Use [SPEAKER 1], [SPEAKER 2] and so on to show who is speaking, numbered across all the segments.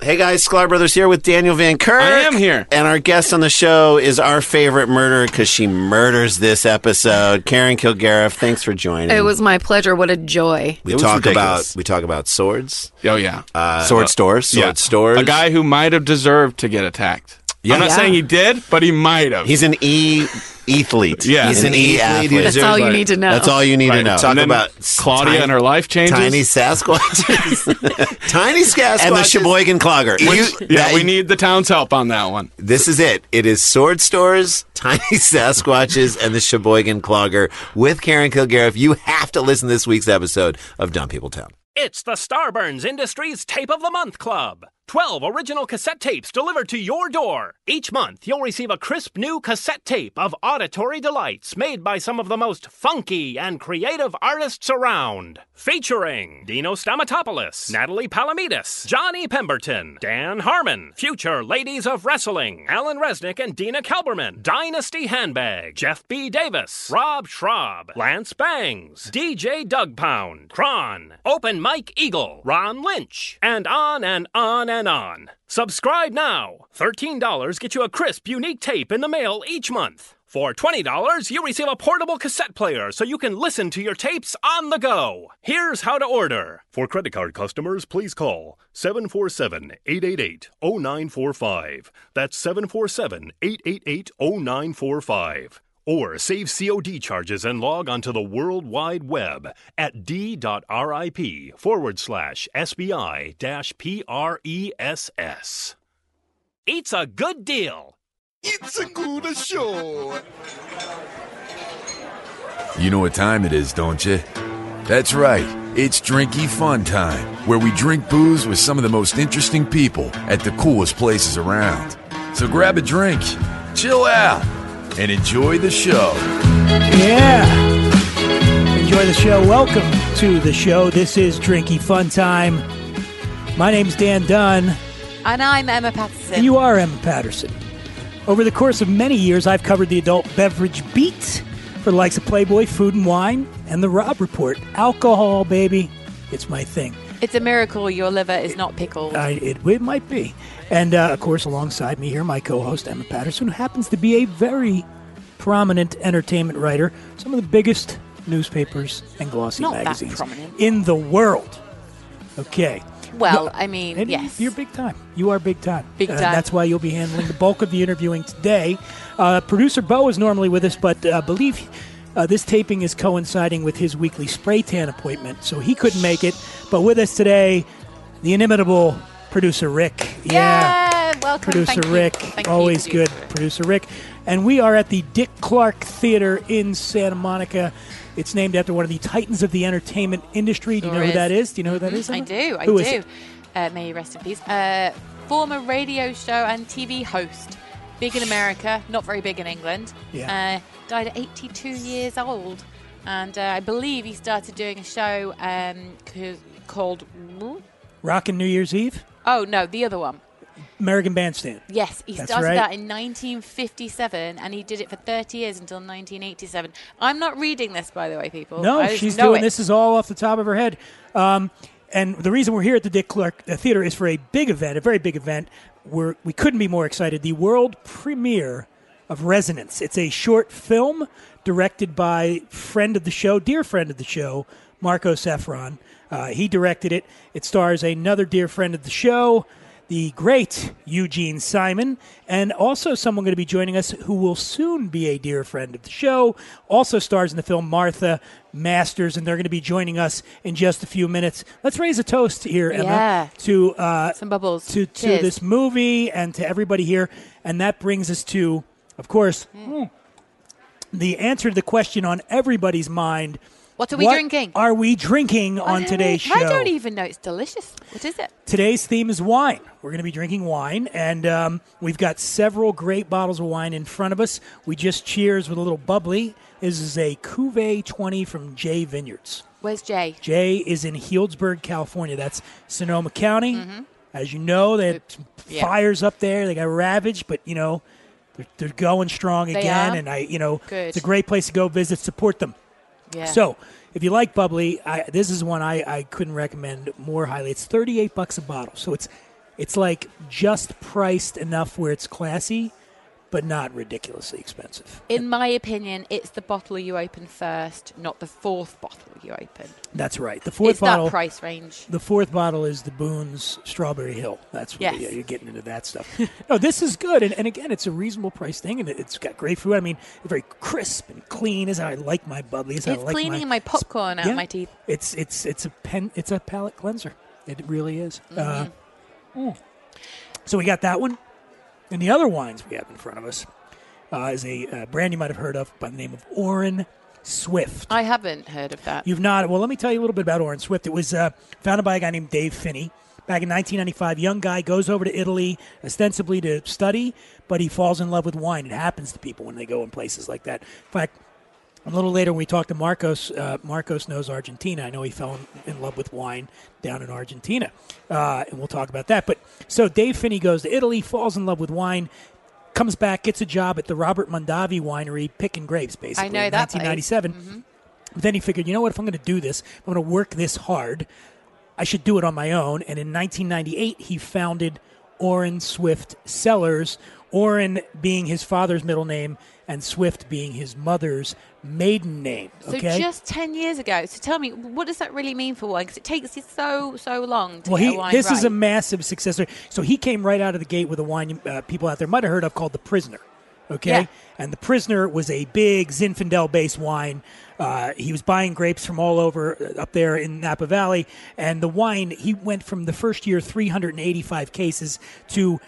[SPEAKER 1] Hey guys, Sklar Brothers here with Daniel Van Kirk.
[SPEAKER 2] I am here.
[SPEAKER 1] And our guest on the show is our favorite murderer because she murders this episode. Karen Kilgariff, thanks for joining.
[SPEAKER 3] It was my pleasure. What a joy.
[SPEAKER 1] we
[SPEAKER 2] it was
[SPEAKER 1] talk
[SPEAKER 2] ridiculous.
[SPEAKER 1] about we talk about swords,
[SPEAKER 2] Oh yeah,
[SPEAKER 1] uh, sword stores, sword
[SPEAKER 2] yeah.
[SPEAKER 1] stores.
[SPEAKER 2] A guy who might have deserved to get attacked. I'm not
[SPEAKER 3] Yeah.
[SPEAKER 2] saying he did, but he might have.
[SPEAKER 1] He's an e athlete.
[SPEAKER 2] Yeah.
[SPEAKER 1] he's an,
[SPEAKER 2] An
[SPEAKER 1] e
[SPEAKER 2] athlete.
[SPEAKER 1] athlete.
[SPEAKER 3] That's all you need to know.
[SPEAKER 1] That's all you need to
[SPEAKER 2] Right.
[SPEAKER 1] know.
[SPEAKER 2] Talk And then Claudia
[SPEAKER 1] tiny-
[SPEAKER 2] and her life changes.
[SPEAKER 1] tiny Sasquatches, tiny Sasquatches, and the Sheboygan Clogger. You-
[SPEAKER 2] yeah,
[SPEAKER 1] that-
[SPEAKER 2] we need the town's help on that one.
[SPEAKER 1] This is it. It is sword stores, tiny Sasquatches, and the Sheboygan Clogger with Karen Kilgariff. You have to listen to this week's episode of Dumb People Town.
[SPEAKER 4] It's the Starburns Industries Tape of the Month Club. 12 original cassette tapes delivered to your door. Each month, you'll receive a crisp new cassette tape of auditory delights made by some of the most funky and creative artists around. Featuring Dino Stamatopoulos, Natalie Palamides, Johnny Pemberton, Dan Harmon, Future Ladies of Wrestling, Alan Resnick and Dina Kelberman, Dynasty Handbag, Jeff B. Davis, Rob Schraub, Lance Bangs, DJ Doug Pound, Kron, Open Mike Eagle, Ron Lynch, and on and on and on. Subscribe now. $13 get you a crisp, unique tape in the mail each month. For $20, you receive a portable cassette player so you can listen to your tapes on the go. Here's how to order. For credit card customers, please call 747 888 0945. That's 747 888 0945. Or save COD charges and log onto the World Wide Web at d.rip forward slash SBI dash PRESS. It's a good deal.
[SPEAKER 5] You know what time it is, don't you? That's right. It's Drinky Fun Time, where we drink booze with some of the most interesting people at the coolest places around. So grab a drink, chill out, and enjoy the show.
[SPEAKER 6] Yeah. Enjoy the show. Welcome to the show. This is Drinky Fun Time. My name's Dan Dunn,
[SPEAKER 7] And I'm Emma Patterson.
[SPEAKER 6] and you are Emma Patterson. Over the course of many years, I've covered the adult beverage beat for the likes of Playboy, Food and Wine, and The Rob Report. Alcohol, baby, it's my thing.
[SPEAKER 7] it's a miracle your liver is not pickled.
[SPEAKER 6] I, it, it might be. And uh, of course, alongside me here, my co host, Emma Patterson, who happens to be a very prominent entertainment writer, some of the biggest newspapers and glossy
[SPEAKER 7] Not that
[SPEAKER 6] magazines
[SPEAKER 7] prominent.
[SPEAKER 6] in the world. Okay.
[SPEAKER 7] well,
[SPEAKER 6] No,
[SPEAKER 7] I mean,
[SPEAKER 6] and
[SPEAKER 7] yes.
[SPEAKER 6] You're big time. You are big time.
[SPEAKER 7] Big
[SPEAKER 6] And
[SPEAKER 7] time.
[SPEAKER 6] that's why you'll be handling the bulk of the interviewing today. Uh, Producer Bo is normally with us, but uh, I believe uh, this taping is coinciding with his weekly spray tan appointment, so he couldn't make it. But with us today, the inimitable producer Rick.
[SPEAKER 7] yeah. Welcome.
[SPEAKER 6] Producer
[SPEAKER 7] Thank you.
[SPEAKER 6] Rick,
[SPEAKER 7] Thank you,
[SPEAKER 6] always good.
[SPEAKER 7] producer.
[SPEAKER 6] Producer Rick. And we are at the Dick Clark Theater in Santa Monica. It's named after one of the titans of the entertainment industry. Do you
[SPEAKER 7] Sure
[SPEAKER 6] know who
[SPEAKER 7] is. Mm-hmm.
[SPEAKER 6] that is? Do you know who that is?
[SPEAKER 7] I
[SPEAKER 6] Emma?
[SPEAKER 7] do. I
[SPEAKER 6] Who
[SPEAKER 7] do.
[SPEAKER 6] is it?
[SPEAKER 7] Uh, may you rest in peace. Uh, former radio show and TV host. Big in America, not very big in England.
[SPEAKER 6] Yeah.
[SPEAKER 7] Uh, died at 82 years old. And uh, I believe he started doing a show um, c- called.
[SPEAKER 6] Rockin' New Year's Eve?
[SPEAKER 7] Oh, no, the other one.
[SPEAKER 6] American Bandstand.
[SPEAKER 7] Yes, he
[SPEAKER 6] That's
[SPEAKER 7] started
[SPEAKER 6] right.
[SPEAKER 7] that in 1957, and he did it for 30 years until 1987. I'm not reading this, by the way, people.
[SPEAKER 6] No,
[SPEAKER 7] I just
[SPEAKER 6] she's
[SPEAKER 7] know
[SPEAKER 6] doing
[SPEAKER 7] it.
[SPEAKER 6] this is all off the top of her head. Um, and the reason we're here at the Dick Clark uh, Theater is for a big event, a very big event. We're, we couldn't be more excited. The world premiere of Resonance. It's a short film directed by friend of the show, dear friend of the show, Marco Saffron. Uh, he directed it. It stars another dear friend of the show, the great Eugene Simon, and also someone going to be joining us who will soon be a dear friend of the show. Also stars in the film Martha Masters, and they're going to be joining us in just a few minutes. Let's raise a toast here, Emma,
[SPEAKER 7] Yeah.
[SPEAKER 6] to uh,
[SPEAKER 7] Some bubbles.
[SPEAKER 6] to to
[SPEAKER 7] Cheers.
[SPEAKER 6] this movie and to everybody here, and that brings us to, of course.
[SPEAKER 7] Hmm.
[SPEAKER 6] hmm, The answer to the question on everybody's mind.
[SPEAKER 7] What are we drinking?
[SPEAKER 6] Are we drinking
[SPEAKER 7] I
[SPEAKER 6] on
[SPEAKER 7] don't-
[SPEAKER 6] today's show?
[SPEAKER 7] I don't even know. It's delicious. What is it?
[SPEAKER 6] Today's theme is wine. We're going to be drinking wine, and um, we've got several great bottles of wine in front of us. We just cheers with a little bubbly. This is a Cuvée 20 from Jay Vineyards.
[SPEAKER 7] Where's Jay?
[SPEAKER 6] Jay is in Healdsburg, California. That's Sonoma County. As you know, they had some
[SPEAKER 7] Mm-hmm. Yeah.
[SPEAKER 6] fires up there. They got ravaged, but you know they're, they're going strong
[SPEAKER 7] They
[SPEAKER 6] again.
[SPEAKER 7] are?
[SPEAKER 6] And I, you know,
[SPEAKER 7] Good.
[SPEAKER 6] it's a great place to go visit. Support them.
[SPEAKER 7] Yeah.
[SPEAKER 6] So, if you like bubbly, I, this is one I, I couldn't recommend more highly. It's 38 bucks a bottle. So it's It's like just priced enough where it's classy, but not ridiculously expensive.
[SPEAKER 7] In my opinion, it's the bottle you open first, not the fourth bottle you open.
[SPEAKER 6] That's right. The fourth
[SPEAKER 7] it's
[SPEAKER 6] bottle.
[SPEAKER 7] that price range.
[SPEAKER 6] The fourth bottle is the Boone's Strawberry Hill. That's what
[SPEAKER 7] Yes.
[SPEAKER 6] yeah, you're getting into that stuff. no, this is good, and, and again, it's a reasonable price thing, and it, it's got great food. I mean, very crisp and clean. Is how I like my bubbly. Is how
[SPEAKER 7] It's
[SPEAKER 6] I like
[SPEAKER 7] cleaning
[SPEAKER 6] my,
[SPEAKER 7] my popcorn out
[SPEAKER 6] Yeah.
[SPEAKER 7] of my teeth.
[SPEAKER 6] It's it's it's a pen. It's a palate cleanser. It really is. Uh,
[SPEAKER 7] Mm-hmm.
[SPEAKER 6] mm. So we got that one, and the other wines we have in front of us uh, is a uh, brand you might have heard of by the name of Orin Swift.
[SPEAKER 7] I haven't heard of that.
[SPEAKER 6] You've not. Well, let me tell you a little bit about Orin Swift. It was uh, founded by a guy named Dave Finney. Back in 1995, young guy goes over to Italy ostensibly to study, but he falls in love with wine. It happens to people when they go in places like that. In fact, a little later when we talked to Marcos, uh, Marcos knows Argentina. I know he fell in, in love with wine down in Argentina, uh, and we'll talk about that. But so Dave Finney goes to Italy, falls in love with wine, comes back, gets a job at the Robert Mondavi Winery, picking grapes. Basically,
[SPEAKER 7] know
[SPEAKER 6] in
[SPEAKER 7] that place. Mm-hmm.
[SPEAKER 6] 1997. But then he figured, you know what? If I'm going to do this, if I'm going to work this hard. I should do it on my own. And in 1998, he founded Orrin Swift Sellers. Orrin being his father's middle name, and Swift being his mother's maiden name.
[SPEAKER 7] So
[SPEAKER 6] Okay.
[SPEAKER 7] just 10 years ago. So tell me, what does that really mean for wine? Because it takes you so, so long to
[SPEAKER 6] well,
[SPEAKER 7] get
[SPEAKER 6] he,
[SPEAKER 7] a wine
[SPEAKER 6] this is a
[SPEAKER 7] right.
[SPEAKER 6] massive success story. So he came right out of the gate with a wine uh, people out there might have heard of called The Prisoner. Okay.
[SPEAKER 7] Yeah.
[SPEAKER 6] And The Prisoner was a big Zinfandel based wine. Uh, he was buying grapes from all over uh, up there in Napa Valley. And the wine, he went from the first year 385 cases to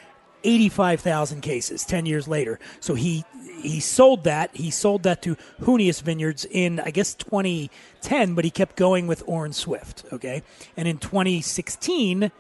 [SPEAKER 6] 85,000 cases 10 years later. So he he sold that. He sold that to Junius Vineyards in I guess 2010, but he kept going with Orrin Swift, okay? And in 2016,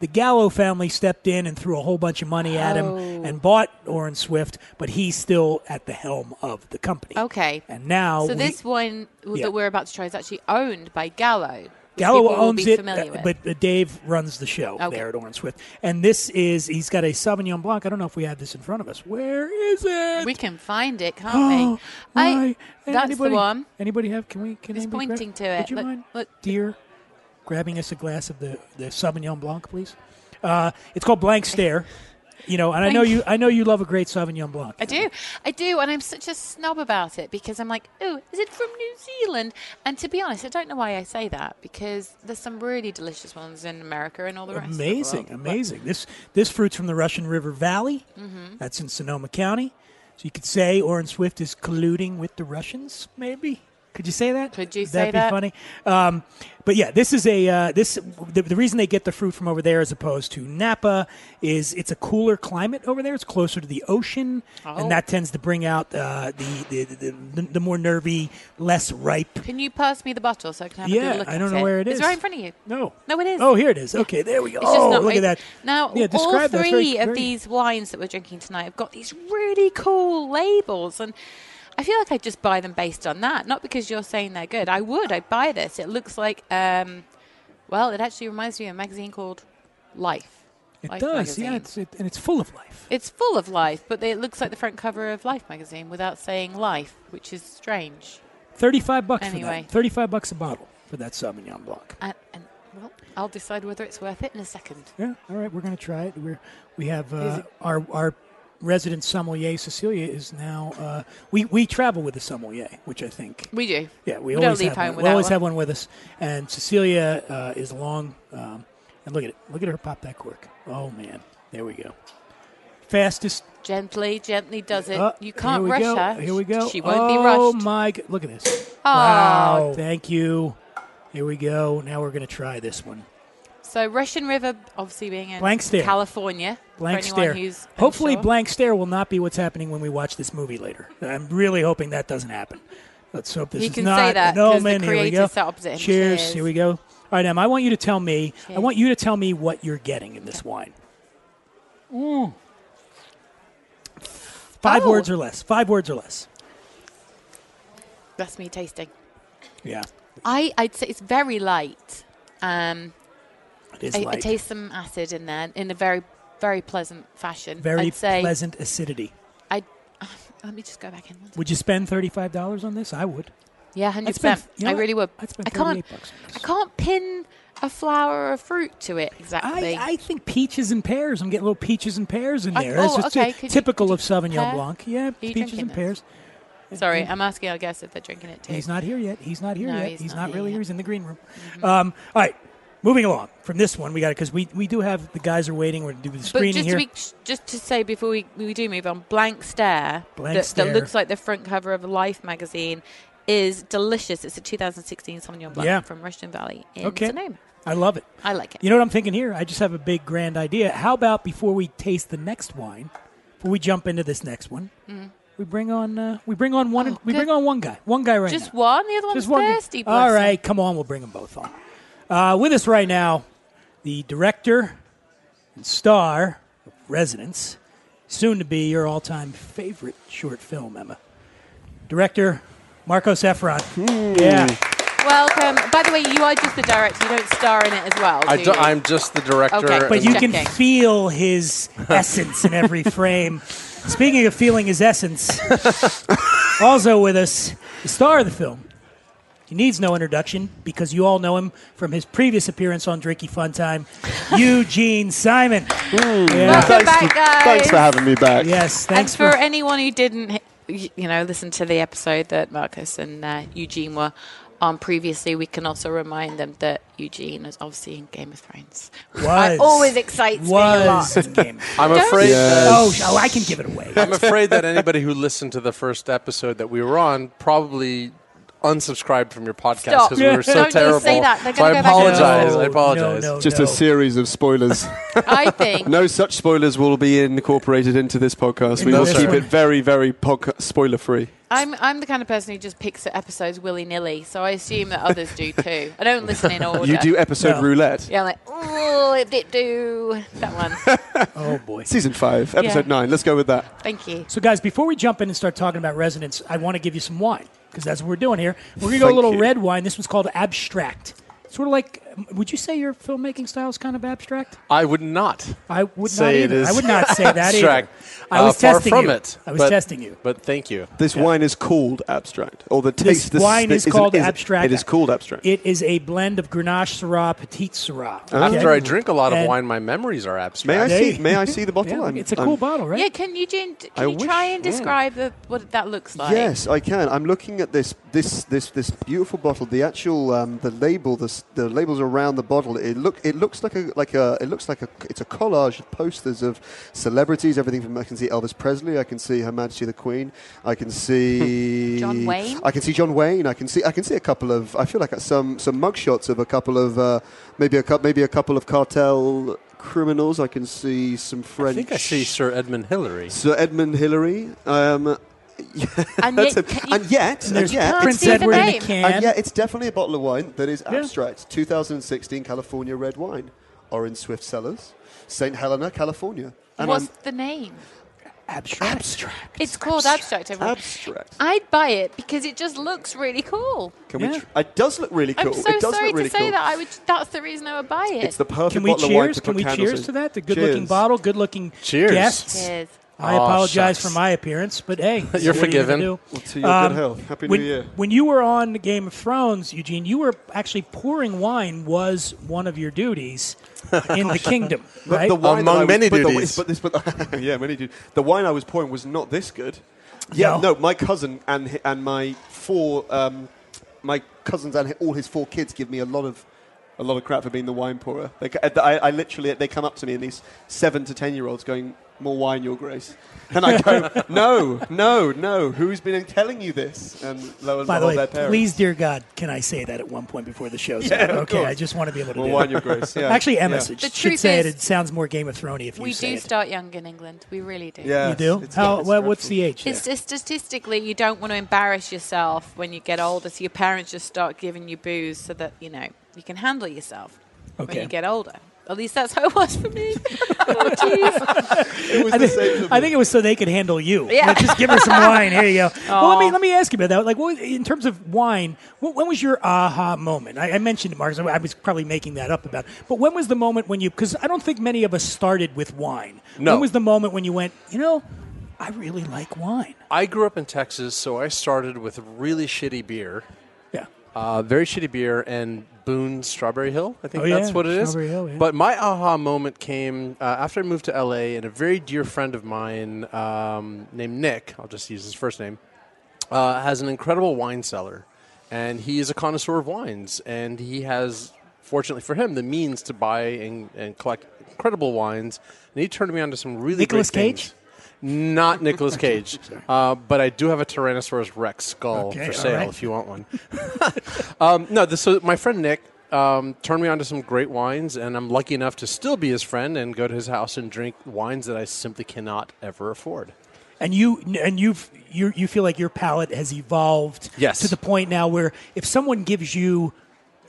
[SPEAKER 6] the Gallo family stepped in and threw a whole bunch of money at
[SPEAKER 7] Oh.
[SPEAKER 6] him and bought Orrin Swift, but he's still at the helm of the company.
[SPEAKER 7] Okay.
[SPEAKER 6] And now
[SPEAKER 7] So
[SPEAKER 6] we-
[SPEAKER 7] this wine
[SPEAKER 6] Yeah.
[SPEAKER 7] that we're about to try is actually owned by Gallo. which people
[SPEAKER 6] Gallo
[SPEAKER 7] will
[SPEAKER 6] owns
[SPEAKER 7] be
[SPEAKER 6] it,
[SPEAKER 7] familiar
[SPEAKER 6] uh,
[SPEAKER 7] with.
[SPEAKER 6] but uh, Dave runs the show
[SPEAKER 7] Okay.
[SPEAKER 6] there at Orange Swift. And this is, he's got a Sauvignon Blanc. I don't know if we have this in front of us. Where is it?
[SPEAKER 7] we can find it, can't we? I, that's the one.
[SPEAKER 6] Oh, Anybody have? Can we? Can
[SPEAKER 7] He's
[SPEAKER 6] anybody
[SPEAKER 7] pointing to
[SPEAKER 6] grab,
[SPEAKER 7] it.
[SPEAKER 6] Would you
[SPEAKER 7] Look-
[SPEAKER 6] mind,
[SPEAKER 7] look.
[SPEAKER 6] dear, grabbing us a glass of the the Sauvignon Blanc, please? Uh, it's called Blank Stare. You know, and I know
[SPEAKER 7] Blank-
[SPEAKER 6] you. I know you love a great Sauvignon Blanc.
[SPEAKER 7] I do. I do. And I'm such a snob about it because I'm like, oh, is it from New Zealand? And to be honest, I don't know why I say that because there's some really delicious ones in America and all the rest.
[SPEAKER 6] Amazing,
[SPEAKER 7] Of the world.
[SPEAKER 6] amazing. This this fruit's from the Russian River Valley.
[SPEAKER 7] Mm-hmm.
[SPEAKER 6] That's in Sonoma County. So you could say Orrin Swift is colluding with the Russians, maybe. Could you say that?
[SPEAKER 7] Could you
[SPEAKER 6] Would
[SPEAKER 7] say that?
[SPEAKER 6] that? be funny? Um, but yeah, this is a uh, this the, the reason they get the fruit from over there as opposed to Napa is it's a cooler climate over there. It's closer to the ocean,
[SPEAKER 7] Oh.
[SPEAKER 6] and that tends to bring out uh, the, the, the, the the more nervy, less ripe.
[SPEAKER 7] Can you pass me the bottle so I can have a
[SPEAKER 6] Yeah,
[SPEAKER 7] good look
[SPEAKER 6] I
[SPEAKER 7] at
[SPEAKER 6] don't know where it is.
[SPEAKER 7] It's right in front of you.
[SPEAKER 6] No,
[SPEAKER 7] No, it is.
[SPEAKER 6] Oh, here it is. Okay, there we go.
[SPEAKER 7] It's
[SPEAKER 6] oh,
[SPEAKER 7] just not
[SPEAKER 6] look at
[SPEAKER 7] open.
[SPEAKER 6] that.
[SPEAKER 7] Now,
[SPEAKER 6] yeah,
[SPEAKER 7] all
[SPEAKER 6] describe that. It's very-
[SPEAKER 7] three of
[SPEAKER 6] very-
[SPEAKER 7] these wines that we're drinking tonight have got these really cool labels. And I feel like I'd just buy them based on that, not because you're saying they're good. I would. I'd buy this. It looks like, um, well, it actually reminds me of a magazine called Life.
[SPEAKER 6] It
[SPEAKER 7] Life
[SPEAKER 6] does,
[SPEAKER 7] magazine.
[SPEAKER 6] yeah, it's, it, and it's full of life.
[SPEAKER 7] It's full of life, but it looks like the front cover of Life magazine without saying life, which is strange.
[SPEAKER 6] Thirty-five bucks for
[SPEAKER 7] Anyway.
[SPEAKER 6] that. Thirty-five bucks a bottle for that Sauvignon Blanc.
[SPEAKER 7] And, and well, I'll decide whether it's worth it in a second.
[SPEAKER 6] Yeah, all right, we're gonna try it. We're we have uh, our our resident sommelier Cecilia is now. Uh, we we travel with a sommelier, which I think.
[SPEAKER 7] We do.
[SPEAKER 6] Yeah, we,
[SPEAKER 7] We don't
[SPEAKER 6] always
[SPEAKER 7] leave
[SPEAKER 6] have
[SPEAKER 7] home
[SPEAKER 6] one. We
[SPEAKER 7] without
[SPEAKER 6] always
[SPEAKER 7] one.
[SPEAKER 6] have one with us, and Cecilia uh, is long. Um, and look at it. Look at her pop that cork. Oh man, there we go. Fastest
[SPEAKER 7] Gently, gently does it.
[SPEAKER 6] Uh,
[SPEAKER 7] you can't
[SPEAKER 6] here we
[SPEAKER 7] rush
[SPEAKER 6] go.
[SPEAKER 7] her.
[SPEAKER 6] Here we go.
[SPEAKER 7] She won't be
[SPEAKER 6] Oh
[SPEAKER 7] rushed.
[SPEAKER 6] my! g- Look at this.
[SPEAKER 7] Oh.
[SPEAKER 6] Wow! Thank you. Here we go. Now we're gonna try this one.
[SPEAKER 7] So Russian River, obviously being in
[SPEAKER 6] Blank stare.
[SPEAKER 7] California.
[SPEAKER 6] Blank
[SPEAKER 7] for
[SPEAKER 6] stare.
[SPEAKER 7] anyone Who's
[SPEAKER 6] Hopefully,
[SPEAKER 7] unsure.
[SPEAKER 6] blank stare will not be what's happening when we watch this movie later. I'm really hoping that doesn't happen. Let's hope this
[SPEAKER 7] You
[SPEAKER 6] is
[SPEAKER 7] can
[SPEAKER 6] not
[SPEAKER 7] say that,
[SPEAKER 6] no
[SPEAKER 7] 'cause the
[SPEAKER 6] man. here we go.
[SPEAKER 7] creator sat opposite him.
[SPEAKER 6] Cheers.
[SPEAKER 7] Cheers.
[SPEAKER 6] Here we go. All right, Em. I want you to tell me. I
[SPEAKER 7] Cheers.
[SPEAKER 6] want you to tell me what you're getting in this wine. Five
[SPEAKER 7] Oh.
[SPEAKER 6] words or less. Five words or less.
[SPEAKER 7] That's me tasting.
[SPEAKER 6] Yeah.
[SPEAKER 7] I, I'd say it's very light. Um,
[SPEAKER 6] It is
[SPEAKER 7] I, I
[SPEAKER 6] light.
[SPEAKER 7] taste some acid in there in a very, very pleasant fashion.
[SPEAKER 6] Very
[SPEAKER 7] I'd say
[SPEAKER 6] pleasant acidity.
[SPEAKER 7] I. Let me just go back in. one second.
[SPEAKER 6] Would you spend thirty-five dollars on this? I would.
[SPEAKER 7] Yeah, hundred
[SPEAKER 6] I'd spend-
[SPEAKER 7] percent.
[SPEAKER 6] you know
[SPEAKER 7] I
[SPEAKER 6] what?
[SPEAKER 7] really would.
[SPEAKER 6] I'd spend
[SPEAKER 7] I can't.
[SPEAKER 6] 38 bucks on
[SPEAKER 7] I
[SPEAKER 6] this.
[SPEAKER 7] can't pin a flower or a fruit to it exactly.
[SPEAKER 6] I, I think peaches and pears. I'm getting little peaches and pears in
[SPEAKER 7] I-
[SPEAKER 6] there.
[SPEAKER 7] oh,
[SPEAKER 6] That's just
[SPEAKER 7] okay.
[SPEAKER 6] ty-
[SPEAKER 7] Could you-
[SPEAKER 6] typical
[SPEAKER 7] could
[SPEAKER 6] of
[SPEAKER 7] you
[SPEAKER 6] Sauvignon
[SPEAKER 7] compare?
[SPEAKER 6] Blanc. Yeah,
[SPEAKER 7] Are you
[SPEAKER 6] peaches
[SPEAKER 7] drinking
[SPEAKER 6] and
[SPEAKER 7] this?
[SPEAKER 6] pears.
[SPEAKER 7] Sorry, I'm asking. I guess if they're drinking it too.
[SPEAKER 6] He's not here yet. He's not here
[SPEAKER 7] No,
[SPEAKER 6] yet.
[SPEAKER 7] he's
[SPEAKER 6] He's,
[SPEAKER 7] not
[SPEAKER 6] not,
[SPEAKER 7] here
[SPEAKER 6] really
[SPEAKER 7] yet. Mm-hmm.
[SPEAKER 6] here. He's in the green room. Um, all right, moving along from this one. We got it because we, we do have the guys are waiting. We're gonna do the
[SPEAKER 7] but
[SPEAKER 6] screening
[SPEAKER 7] just
[SPEAKER 6] here.
[SPEAKER 7] to, be, just to say before we, we do move on, Blank Stare,
[SPEAKER 6] Blank
[SPEAKER 7] that,
[SPEAKER 6] Stare.
[SPEAKER 7] that looks like the front cover of Life magazine, is delicious. It's a 2016 Sauvignon Blanc
[SPEAKER 6] Yeah.
[SPEAKER 7] from Russian Valley in
[SPEAKER 6] Okay.
[SPEAKER 7] Sonoma.
[SPEAKER 6] I love it.
[SPEAKER 7] I like it.
[SPEAKER 6] You know what I'm thinking here? I just have a big grand idea. How about before we taste the next wine, before we jump into this next one, we bring on uh, we bring on one
[SPEAKER 7] Mm-hmm. Oh,
[SPEAKER 6] we
[SPEAKER 7] good.
[SPEAKER 6] bring on one guy, one guy right
[SPEAKER 7] just
[SPEAKER 6] now.
[SPEAKER 7] one? The other one's
[SPEAKER 6] guy.
[SPEAKER 7] thirsty. bless
[SPEAKER 6] All
[SPEAKER 7] him.
[SPEAKER 6] right, come on, we'll bring them both on. Uh, with us right now, the director and star of Resonance, soon to be your all-time favorite short film, Emma. Director Marcos Efron. Yeah.
[SPEAKER 7] Welcome. By the way, you are just the director. You don't star in it as well.
[SPEAKER 8] I
[SPEAKER 7] do
[SPEAKER 8] do,
[SPEAKER 7] you?
[SPEAKER 8] I'm just the director.
[SPEAKER 7] Okay,
[SPEAKER 8] and-
[SPEAKER 6] But
[SPEAKER 7] Just
[SPEAKER 6] you can
[SPEAKER 7] checking.
[SPEAKER 6] feel his essence in every frame. Speaking of feeling his essence, also with us, the star of the film. He needs no introduction because you all know him from his previous appearance on Drinky Fun Time, Eugene Simon. Yeah.
[SPEAKER 7] Welcome back, guys.
[SPEAKER 8] Thanks for having me back.
[SPEAKER 6] Yes, thanks
[SPEAKER 7] and for,
[SPEAKER 6] for.
[SPEAKER 7] anyone who didn't, hi- y- you know, listen to the episode that Marcus and uh, Eugene were on previously, we can also remind them that Eugene is obviously in Game of Thrones.
[SPEAKER 6] Was.
[SPEAKER 7] always excites me a
[SPEAKER 6] was
[SPEAKER 7] lot.
[SPEAKER 6] in Game of-
[SPEAKER 8] I'm afraid.
[SPEAKER 6] Oh, sh- oh, I can give it away.
[SPEAKER 8] I'm afraid uh, that anybody who listened to the first episode that we were on probably unsubscribed from your podcast
[SPEAKER 7] Stop.
[SPEAKER 8] because we were so
[SPEAKER 7] Don't you
[SPEAKER 8] terrible.
[SPEAKER 7] say that. They're
[SPEAKER 8] So I
[SPEAKER 7] gonna go back and
[SPEAKER 8] apologize.
[SPEAKER 6] No,
[SPEAKER 8] I apologize.
[SPEAKER 6] no, no,
[SPEAKER 9] Just
[SPEAKER 6] no.
[SPEAKER 9] a series of spoilers.
[SPEAKER 7] I think.
[SPEAKER 9] no such spoilers will be incorporated into this podcast. We
[SPEAKER 8] No,
[SPEAKER 9] will
[SPEAKER 8] sir.
[SPEAKER 9] keep it very, very podca- spoiler free.
[SPEAKER 7] I'm I'm the kind of person who just picks at episodes willy nilly, so I assume that others do too. I don't listen in order.
[SPEAKER 9] You do episode
[SPEAKER 6] No.
[SPEAKER 9] roulette.
[SPEAKER 7] Yeah, I'm like, oh, it did do that one.
[SPEAKER 6] Oh boy.
[SPEAKER 9] Season five, episode nine. Let's go with that.
[SPEAKER 7] Thank you.
[SPEAKER 6] So, guys, before we jump in and start talking about resonance, I want to give you some wine because that's what we're doing here. We're going to go a
[SPEAKER 9] Thank
[SPEAKER 6] little
[SPEAKER 9] you.
[SPEAKER 6] red wine. This one's called Abstract. Sort of like, would you say your filmmaking style is kind of abstract?
[SPEAKER 8] I would not.
[SPEAKER 6] I would
[SPEAKER 8] Say it
[SPEAKER 6] not either.
[SPEAKER 8] is
[SPEAKER 6] I would not say that
[SPEAKER 8] abstract.
[SPEAKER 6] either. I was
[SPEAKER 8] Uh, far
[SPEAKER 6] testing
[SPEAKER 8] from
[SPEAKER 6] you.
[SPEAKER 8] it.
[SPEAKER 6] I was
[SPEAKER 8] but-
[SPEAKER 6] testing you.
[SPEAKER 8] But thank you.
[SPEAKER 9] This wine is called abstract, or the
[SPEAKER 6] This
[SPEAKER 9] taste.
[SPEAKER 6] wine
[SPEAKER 9] the-
[SPEAKER 6] is called
[SPEAKER 9] it-
[SPEAKER 6] Abstract.
[SPEAKER 9] It is called abstract.
[SPEAKER 6] It is a blend of Grenache Syrah, Petit Syrah.
[SPEAKER 8] After I drink a lot of
[SPEAKER 6] And-
[SPEAKER 8] wine, my memories are
[SPEAKER 9] may I
[SPEAKER 8] abstract.
[SPEAKER 6] There
[SPEAKER 9] see?
[SPEAKER 6] you-
[SPEAKER 9] May I see the bottle?
[SPEAKER 6] Yeah,
[SPEAKER 9] I'm-
[SPEAKER 6] it's a
[SPEAKER 9] I'm-
[SPEAKER 6] cool bottle, right?
[SPEAKER 7] Yeah, can Eugene? Can
[SPEAKER 9] I
[SPEAKER 7] you
[SPEAKER 9] wish-
[SPEAKER 7] try and describe the, what that looks like?
[SPEAKER 9] Yes, I can. I'm looking at this this this this beautiful bottle. The actual um, the label the s- the labels around the bottle. It look it looks like a like a it looks like a it's a collage of posters of celebrities. Everything from I can see Elvis Presley. I can see Her Majesty the Queen. I can see
[SPEAKER 7] John Wayne?
[SPEAKER 9] I can see John Wayne. I can see I can see a couple of I feel like some some mugshots of a couple of uh, maybe a cou- maybe a couple of cartel criminals. I can see some French.
[SPEAKER 8] I think I see Sir Edmund Hillary.
[SPEAKER 9] Sir Edmund Hillary. Um,
[SPEAKER 7] And yet,
[SPEAKER 9] that's a-
[SPEAKER 7] can you-
[SPEAKER 9] and yet,
[SPEAKER 6] And there's
[SPEAKER 9] and yet,
[SPEAKER 6] Prince
[SPEAKER 7] see the
[SPEAKER 6] Edward in a
[SPEAKER 7] name.
[SPEAKER 8] Uh,
[SPEAKER 6] can.
[SPEAKER 9] and yeah, it's definitely a bottle of wine that is
[SPEAKER 6] Yeah.
[SPEAKER 9] abstract. 2016 California red wine, Orange Swift Cellars, St. Helena, California. And
[SPEAKER 7] what's
[SPEAKER 9] I'm
[SPEAKER 7] the name?
[SPEAKER 6] abstract.
[SPEAKER 7] It's called abstract. everyone.
[SPEAKER 9] abstract.
[SPEAKER 7] I'd buy it because it just looks really cool.
[SPEAKER 9] Can
[SPEAKER 6] Yeah.
[SPEAKER 9] we? Tr- it does look really cool.
[SPEAKER 7] I'm so
[SPEAKER 9] it does
[SPEAKER 7] sorry
[SPEAKER 9] look really
[SPEAKER 7] to say
[SPEAKER 9] cool.
[SPEAKER 7] that. I would. That's the reason I would buy it.
[SPEAKER 9] It's the perfect
[SPEAKER 6] Can we
[SPEAKER 9] bottle of wine
[SPEAKER 6] cheers?
[SPEAKER 9] to
[SPEAKER 6] Can
[SPEAKER 9] put
[SPEAKER 6] we
[SPEAKER 9] candles
[SPEAKER 6] cheers
[SPEAKER 9] in.
[SPEAKER 6] to that? The good-looking
[SPEAKER 9] Cheers.
[SPEAKER 6] bottle, good-looking
[SPEAKER 8] Cheers.
[SPEAKER 6] guests.
[SPEAKER 7] Cheers.
[SPEAKER 6] I
[SPEAKER 8] Aw,
[SPEAKER 6] apologize
[SPEAKER 8] shucks.
[SPEAKER 6] for my appearance, but hey, what are you gonna
[SPEAKER 8] forgiven.
[SPEAKER 6] do?
[SPEAKER 9] Well, to your
[SPEAKER 6] Um,
[SPEAKER 9] good health. Happy
[SPEAKER 6] when,
[SPEAKER 9] New Year.
[SPEAKER 6] When you were on Game of Thrones, Eugene, you were actually pouring wine was one of your duties in the kingdom,
[SPEAKER 9] But
[SPEAKER 6] right?
[SPEAKER 9] the wine that
[SPEAKER 8] Among
[SPEAKER 9] I was-
[SPEAKER 8] many
[SPEAKER 9] but the-
[SPEAKER 8] duties.
[SPEAKER 9] but this, but yeah, many duties. The wine I was pouring was not this good. Yeah,
[SPEAKER 6] No.
[SPEAKER 9] no, my cousin and hi- and my four, um, my cousins and hi- all his four kids give me a lot of. A lot of crap for being the wine pourer. They, ca- I, I literally, they come up to me, and these seven to ten year olds going, "More wine, Your Grace," and I go, "No, no, no. Who's been telling you this?" And lo and
[SPEAKER 6] By the
[SPEAKER 9] behold,
[SPEAKER 6] way,
[SPEAKER 9] their parents.
[SPEAKER 6] please, dear God, can I say that at one point before the show's
[SPEAKER 9] Yeah,
[SPEAKER 6] over?
[SPEAKER 9] of
[SPEAKER 6] Okay,
[SPEAKER 9] course.
[SPEAKER 6] I just want to be able to
[SPEAKER 9] more
[SPEAKER 6] do
[SPEAKER 9] wine,
[SPEAKER 6] that.
[SPEAKER 9] Your Grace. Yeah.
[SPEAKER 6] Actually,
[SPEAKER 9] yeah.
[SPEAKER 6] Emma should-
[SPEAKER 7] The
[SPEAKER 6] should
[SPEAKER 7] truth
[SPEAKER 6] say it.
[SPEAKER 7] is-
[SPEAKER 6] It sounds more Game of Thrones if you
[SPEAKER 7] We
[SPEAKER 6] say
[SPEAKER 7] do
[SPEAKER 6] it.
[SPEAKER 7] start young in England. We really do.
[SPEAKER 9] Yeah.
[SPEAKER 6] You do?
[SPEAKER 9] It's-
[SPEAKER 6] How,
[SPEAKER 9] it's
[SPEAKER 6] well, what's the
[SPEAKER 9] dreadful.
[SPEAKER 6] age?
[SPEAKER 7] It's, it's statistically, you don't want to embarrass yourself when you get older, so your parents just start giving you booze so that you know you can handle yourself when
[SPEAKER 6] Okay.
[SPEAKER 7] you get older. At least that's how it was for me. oh, jeez.
[SPEAKER 9] It was
[SPEAKER 6] I
[SPEAKER 9] the
[SPEAKER 6] think,
[SPEAKER 9] same to
[SPEAKER 6] I
[SPEAKER 9] me.
[SPEAKER 6] think it was so they could handle you.
[SPEAKER 7] Yeah.
[SPEAKER 6] Like, just give her some wine. Here you go. Well, let
[SPEAKER 7] Aw.
[SPEAKER 6] me let me ask you about that. Like, what, in terms of wine, what, when was your aha moment? I, I mentioned it, Marcus. I, I was probably making that up about. But when was the moment when you? Because I don't think many of us started with wine.
[SPEAKER 8] No.
[SPEAKER 6] When was the moment when you went? You know, I really like wine.
[SPEAKER 8] I grew up in Texas, so I started with really shitty beer. Uh, very shitty beer and Boone's Strawberry Hill. I think
[SPEAKER 6] Oh,
[SPEAKER 8] that's
[SPEAKER 6] yeah,
[SPEAKER 8] what it is.
[SPEAKER 6] Strawberry Hill, yeah.
[SPEAKER 8] But my aha moment came uh, after I moved to LA, and a very dear friend of mine um, named Nick, I'll just use his first name, uh, has an incredible wine cellar, and he is a connoisseur of wines, and he has, fortunately for him, the means to buy and, and collect incredible wines. And he turned me on to some really
[SPEAKER 6] Nicolas
[SPEAKER 8] great
[SPEAKER 6] Cage?
[SPEAKER 8] things. Not Nicolas Cage, uh, but I do have a Tyrannosaurus Rex skull
[SPEAKER 6] Okay, all
[SPEAKER 8] for sale
[SPEAKER 6] right.
[SPEAKER 8] if you want one. um, no, this, so my friend Nick um, turned me on to some great wines, and I'm lucky enough to still be his friend and go to his house and drink wines that I simply cannot ever afford.
[SPEAKER 6] And you and you've you you feel like your palate has evolved
[SPEAKER 8] Yes.
[SPEAKER 6] to the point now where if someone gives you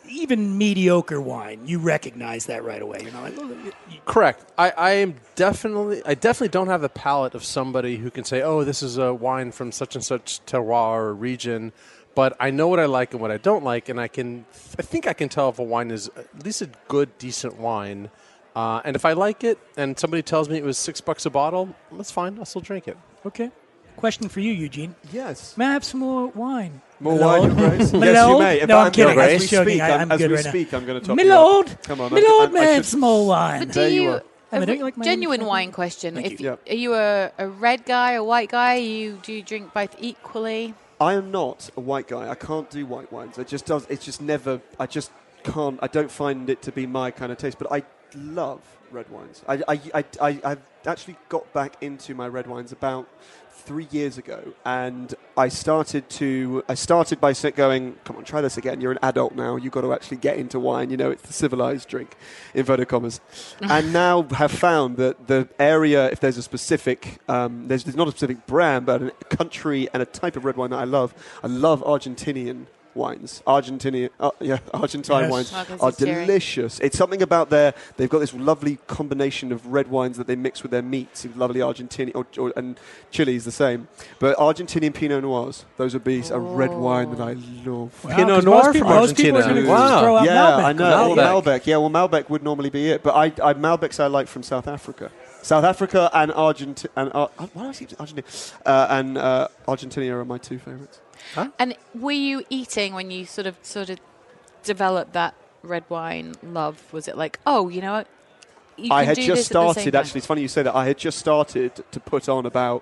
[SPEAKER 6] even mediocre wine, you recognize that right away. You're not like, "Oh,
[SPEAKER 8] Correct. I, I am definitely I definitely don't have the palate of somebody who can say, "Oh, this is a wine from such and such terroir or region," but I know what I like and what I don't like, and I can I think I can tell if a wine is at least a good, decent wine. Uh, and if I like it, and somebody tells me it was six bucks a bottle, that's fine. I'll still drink it.
[SPEAKER 6] okay. Question for you, Eugene.
[SPEAKER 9] Yes.
[SPEAKER 6] May I have some more wine?
[SPEAKER 9] More
[SPEAKER 6] Milord?
[SPEAKER 9] wine, Grace?
[SPEAKER 6] Milord?
[SPEAKER 9] Yes, you may. If
[SPEAKER 6] No,
[SPEAKER 9] I'm
[SPEAKER 6] I'm kidding.
[SPEAKER 9] Grace.
[SPEAKER 6] I'm
[SPEAKER 9] As
[SPEAKER 6] just
[SPEAKER 9] we
[SPEAKER 6] joking.
[SPEAKER 9] speak,
[SPEAKER 6] I-
[SPEAKER 9] I'm-
[SPEAKER 6] I'm
[SPEAKER 9] as
[SPEAKER 6] good
[SPEAKER 9] we
[SPEAKER 6] right now.
[SPEAKER 9] speak, I'm gonna top you
[SPEAKER 6] Milord,
[SPEAKER 9] up. Come on, I-
[SPEAKER 6] Milord,
[SPEAKER 9] I- I
[SPEAKER 6] may I have
[SPEAKER 9] should-
[SPEAKER 6] some more wine?
[SPEAKER 7] But
[SPEAKER 9] There
[SPEAKER 7] do
[SPEAKER 9] you
[SPEAKER 7] you,
[SPEAKER 9] are.
[SPEAKER 6] I mean,
[SPEAKER 7] a
[SPEAKER 6] don't you like my
[SPEAKER 7] genuine
[SPEAKER 6] wine?
[SPEAKER 7] wine question? If
[SPEAKER 9] you. Yep.
[SPEAKER 7] are you a, a red guy, a white guy? You do you drink both equally?
[SPEAKER 9] I am not a white guy. I can't do white wines. It just does. It's just never. I just can't. I don't find it to be my kind of taste. But I love red wines. I, I, I, I, I've actually got back into my red wines about three years ago, and I started to. I started by sa- going, "Come on, try this again. You're an adult now. You've got to actually get into wine. You know, it's the civilized drink." Inverted commas. and now have found that the area, if there's a specific, um, there's, there's not a specific brand, but a country and a type of red wine that I love. I love Argentinian wines. Argentinian, uh, yeah, Argentine
[SPEAKER 6] Yes.
[SPEAKER 9] wines
[SPEAKER 7] Marcus
[SPEAKER 9] are
[SPEAKER 7] is cheering.
[SPEAKER 9] delicious. It's something about their. They've got this lovely combination of red wines that they mix with their meats. and Lovely Argentinian or, or, and Chile is the same, but Argentinian Pinot Noirs. Those would be a red wine that I love.
[SPEAKER 6] Oh. Wow,
[SPEAKER 8] Pinot
[SPEAKER 6] 'cause
[SPEAKER 8] Noir
[SPEAKER 6] most
[SPEAKER 8] from
[SPEAKER 6] people, Most people are
[SPEAKER 8] Argentina.
[SPEAKER 6] gonna
[SPEAKER 8] Wow.
[SPEAKER 6] just throw out
[SPEAKER 9] yeah,
[SPEAKER 6] Malbec.
[SPEAKER 9] I know.
[SPEAKER 8] Malbec.
[SPEAKER 9] Malbec. Yeah, well, Malbec would normally be it, but I, I Malbecs I like from South Africa. South Africa and Argentina and Ar- why do I keep saying Argentina uh, and uh, Argentina are my two favourites.
[SPEAKER 7] And were you eating when you sort of sort of developed that red wine love? Was it like, oh, you know what? You
[SPEAKER 9] I
[SPEAKER 7] can
[SPEAKER 9] had
[SPEAKER 7] do
[SPEAKER 9] just
[SPEAKER 7] this at the same
[SPEAKER 9] started.
[SPEAKER 7] time?
[SPEAKER 9] Actually, it's funny you say that. I had just started to put on about.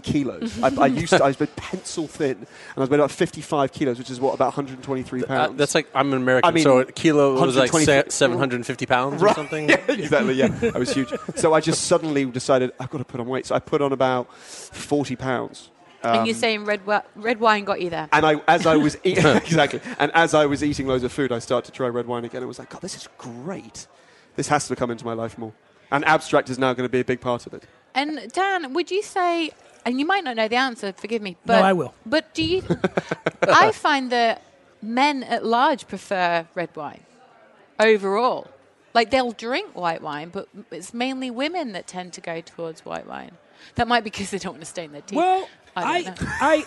[SPEAKER 9] kilos. I, I used to, I was pencil thin and I was weighing about 55 kilos, which is what, about 123
[SPEAKER 8] Uh,
[SPEAKER 9] pounds.
[SPEAKER 8] that's like I'm an American,
[SPEAKER 9] I mean,
[SPEAKER 8] so a kilo was like
[SPEAKER 9] 120
[SPEAKER 8] seven hundred and fifty pounds or something.
[SPEAKER 9] exactly, yeah. I was huge. So I just suddenly decided I've got to put on weight. So I put on about 40 pounds.
[SPEAKER 7] and
[SPEAKER 9] um,
[SPEAKER 7] you're saying red wi- red wine got you there?
[SPEAKER 9] And I, as I was eating, exactly, and as I was eating loads of food, I started to try red wine again. I was like, God, this is great. This has to come into my life more. And abstract is now going to be a big part of it.
[SPEAKER 7] And Dan, would you say? And you might not know the answer. Forgive me. But,
[SPEAKER 6] I will.
[SPEAKER 7] But do you? I find that men at large prefer red wine overall. Like they'll drink white wine, but it's mainly women that tend to go towards white wine. That might be because they don't want to stain their teeth.
[SPEAKER 6] Well,
[SPEAKER 7] I
[SPEAKER 6] I,
[SPEAKER 7] don't
[SPEAKER 6] I,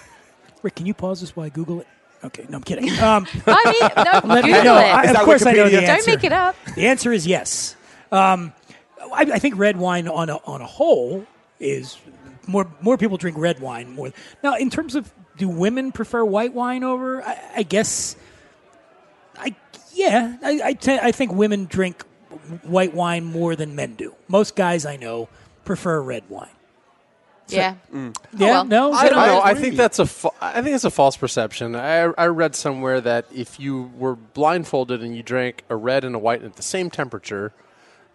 [SPEAKER 6] Rick, can you pause this while I Google it? Okay, no, I'm kidding. Um,
[SPEAKER 7] I mean, no,
[SPEAKER 6] let me
[SPEAKER 7] Google
[SPEAKER 6] know.
[SPEAKER 7] it.
[SPEAKER 6] I-
[SPEAKER 9] Is
[SPEAKER 6] of
[SPEAKER 9] that
[SPEAKER 6] course, I know the
[SPEAKER 9] Wikipedia?
[SPEAKER 6] answer.
[SPEAKER 7] don't make it up.
[SPEAKER 6] The answer is yes. Um, I, I think red wine on a, on a whole is more more people drink red wine more. Now, in terms of do women prefer white wine over? I, I guess, I yeah, I I te- I think women drink white wine more than men do. Most guys I know prefer red wine.
[SPEAKER 7] Yeah.
[SPEAKER 6] mm, Yeah,
[SPEAKER 7] well.
[SPEAKER 6] no,
[SPEAKER 8] I don't know. I
[SPEAKER 9] agree.
[SPEAKER 8] think that's a fa- I think it's a false perception. I, I read somewhere that if you were blindfolded and you drank a red and a white at the same temperature,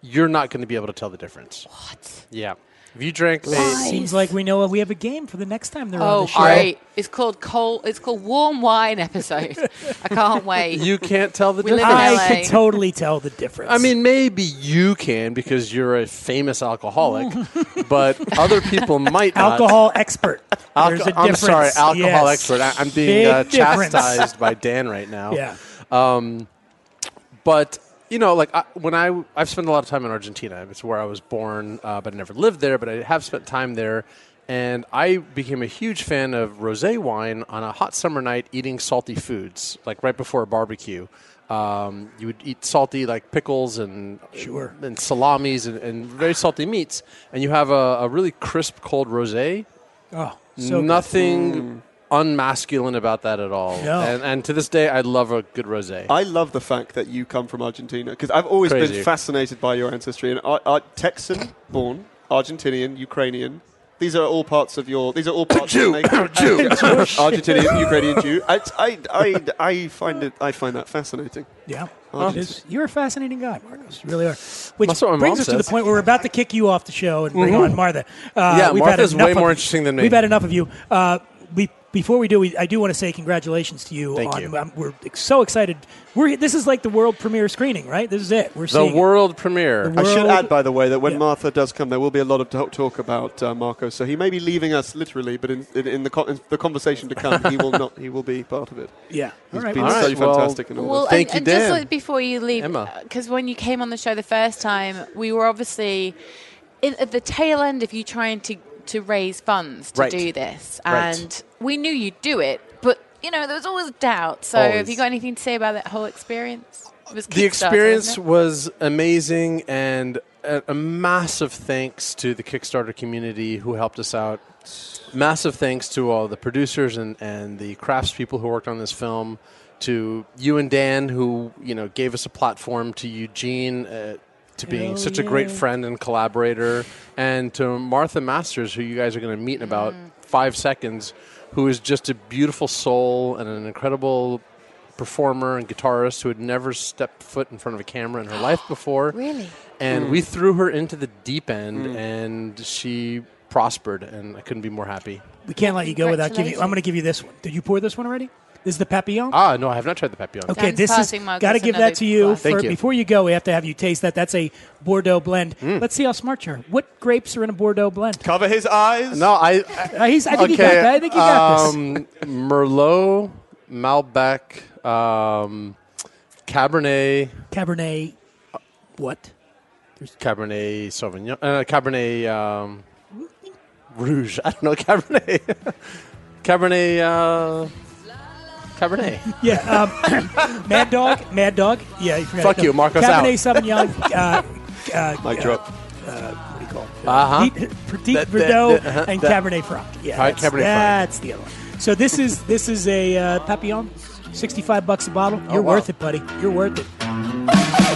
[SPEAKER 8] you're not going to be able to tell the difference. What? Yeah. If you drank a
[SPEAKER 6] Seems like we know we have a game for the next time they're on
[SPEAKER 7] Oh,
[SPEAKER 6] the show.
[SPEAKER 7] great! It's called cold. It's called warm wine episode. I can't wait.
[SPEAKER 8] you can't tell the
[SPEAKER 7] We live in
[SPEAKER 8] difference.
[SPEAKER 6] I
[SPEAKER 7] LA.
[SPEAKER 6] could totally tell the difference.
[SPEAKER 8] I mean, maybe you can because you're a famous alcoholic, but other people might not.
[SPEAKER 6] alcohol expert. There's
[SPEAKER 8] Alco-
[SPEAKER 6] a
[SPEAKER 8] I'm sorry,
[SPEAKER 6] difference.
[SPEAKER 8] alcohol
[SPEAKER 6] Yes.
[SPEAKER 8] expert. I, I'm being
[SPEAKER 6] Big
[SPEAKER 8] uh,
[SPEAKER 6] difference.
[SPEAKER 8] chastised by Dan right now.
[SPEAKER 6] Yeah.
[SPEAKER 8] but you know, like I, when I I've spent a lot of time in Argentina. It's where I was born, uh, but I never lived there. But I have spent time there, and I became a huge fan of rosé wine on a hot summer night, eating salty foods like right before a barbecue. Um, you would eat salty like pickles and
[SPEAKER 6] Sure.
[SPEAKER 8] and salamis and, and very salty meats, and you have a, a really crisp cold rosé.
[SPEAKER 6] Oh, so good.
[SPEAKER 8] Nothing unmasculine about that at all.
[SPEAKER 6] No.
[SPEAKER 8] And, and to this day, I love a good rosé.
[SPEAKER 9] I love the fact that you come from Argentina because I've always
[SPEAKER 8] Crazy.
[SPEAKER 9] been fascinated by your ancestry. And Ar- Ar- Texan born, Argentinian, Ukrainian. These are all parts of your. These are all parts.
[SPEAKER 10] Jew.
[SPEAKER 9] of your
[SPEAKER 10] Jew.
[SPEAKER 9] Argentinian, Ukrainian Jew. I, I, I, I find it. I find that fascinating.
[SPEAKER 6] Yeah.
[SPEAKER 9] Oh.
[SPEAKER 6] It is. You're a fascinating guy, Marcos. You really are. Which
[SPEAKER 8] That's what my mom
[SPEAKER 6] brings us to the
[SPEAKER 8] says. Mm-hmm.
[SPEAKER 6] point where we're about to kick you off the show and bring on Martha. Uh,
[SPEAKER 8] Yeah,
[SPEAKER 6] we've had
[SPEAKER 8] Martha's
[SPEAKER 6] enough
[SPEAKER 8] way
[SPEAKER 6] of-
[SPEAKER 8] more interesting than me.
[SPEAKER 6] We've had enough of you. Uh, we, before we do, we, I do want to say congratulations to you.
[SPEAKER 8] Thank
[SPEAKER 6] on,
[SPEAKER 8] you.
[SPEAKER 6] um, we're so excited. We're this is like the world premiere screening, right? This is it. We're
[SPEAKER 8] the
[SPEAKER 6] seeing it.
[SPEAKER 8] world premiere.
[SPEAKER 9] I should
[SPEAKER 6] World-
[SPEAKER 9] add, by the way, that when
[SPEAKER 6] Yeah.
[SPEAKER 9] Martha does come, there will be a lot of talk, talk about uh, Marco. So he may be leaving us literally, but in, in, in, the, con- in the conversation to come, he will not. He will be part of it.
[SPEAKER 6] Yeah. All
[SPEAKER 9] He's
[SPEAKER 6] right.
[SPEAKER 9] been
[SPEAKER 6] well,
[SPEAKER 8] All
[SPEAKER 9] so
[SPEAKER 8] right, well-
[SPEAKER 9] fantastic and all
[SPEAKER 4] Well,
[SPEAKER 9] this.
[SPEAKER 8] Thank
[SPEAKER 4] and,
[SPEAKER 8] you,
[SPEAKER 4] and just
[SPEAKER 8] Dan.
[SPEAKER 4] like before you leave,
[SPEAKER 8] Emma.
[SPEAKER 4] because when you came on the show the first time, we were obviously in, at the tail end of you trying to, to raise funds to
[SPEAKER 8] Right.
[SPEAKER 4] do this,
[SPEAKER 8] Right.
[SPEAKER 4] and we knew you'd do it, but you know there was always doubt. So, have
[SPEAKER 8] Always.
[SPEAKER 4] you got anything to say about that whole experience? It was
[SPEAKER 8] the
[SPEAKER 4] Kickstarter,
[SPEAKER 8] experience
[SPEAKER 4] wasn't it?
[SPEAKER 8] was amazing and a, a massive thanks to the kickstarter community who helped us out massive thanks to all the producers and, and the craftspeople who worked on this film to you and dan who you know gave us a platform to eugene uh, to being
[SPEAKER 6] Hell
[SPEAKER 8] such a
[SPEAKER 6] yeah.
[SPEAKER 8] great friend and collaborator and to martha masters who you guys are going to meet in about
[SPEAKER 11] Mm.
[SPEAKER 8] five seconds who is just a beautiful soul and an incredible performer and guitarist who had never stepped foot in front of a camera in her life before.
[SPEAKER 4] Really?
[SPEAKER 8] And we threw her into the deep end and she prospered and I couldn't be more happy.
[SPEAKER 6] we can't let you go without giving. I'm
[SPEAKER 4] Congratulations.
[SPEAKER 6] going to give you this one. Did you pour this one already? This is the Papillon.
[SPEAKER 8] Ah, no, I have not tried the Papillon.
[SPEAKER 6] Okay,
[SPEAKER 4] Dan's
[SPEAKER 6] this is
[SPEAKER 4] passing Marcus
[SPEAKER 6] got to give
[SPEAKER 4] another
[SPEAKER 6] that to you,
[SPEAKER 4] glass.
[SPEAKER 8] Thank
[SPEAKER 6] for-
[SPEAKER 8] you.
[SPEAKER 6] Before you go, we have to have you taste that. That's a Bordeaux blend.
[SPEAKER 8] Mm.
[SPEAKER 6] Let's see how smart you are. What grapes are in a Bordeaux blend?
[SPEAKER 9] Cover his eyes.
[SPEAKER 8] No, I,
[SPEAKER 6] Uh, he's, I think
[SPEAKER 8] okay.
[SPEAKER 6] you got that. I think you got this.
[SPEAKER 8] um, Merlot, Malbec, um, Cabernet,
[SPEAKER 6] Cabernet. What?
[SPEAKER 8] Cabernet Sauvignon, uh, Cabernet um, Rouge. I don't know Cabernet, Cabernet, uh, Cabernet.
[SPEAKER 6] Yeah. Um, Mad Dog. Mad Dog. Yeah. You forgot
[SPEAKER 8] Fuck
[SPEAKER 6] it.
[SPEAKER 8] you, Marcos out.
[SPEAKER 6] Cabernet Sauvignon. Uh, uh,
[SPEAKER 9] Mic drop.
[SPEAKER 6] what do you call it?
[SPEAKER 8] Uh huh.
[SPEAKER 6] Petit, Petit
[SPEAKER 8] That- that-
[SPEAKER 6] Verdot
[SPEAKER 8] that- uh-huh,
[SPEAKER 6] and
[SPEAKER 8] that-
[SPEAKER 6] Cabernet Franc. Yeah,
[SPEAKER 8] All right,
[SPEAKER 6] that's,
[SPEAKER 8] Cabernet Franc.
[SPEAKER 6] that's the other one. So this is this is a uh, Papillon, sixty-five bucks a bottle. You're
[SPEAKER 8] Oh, wow.
[SPEAKER 6] worth it, buddy. You're worth it.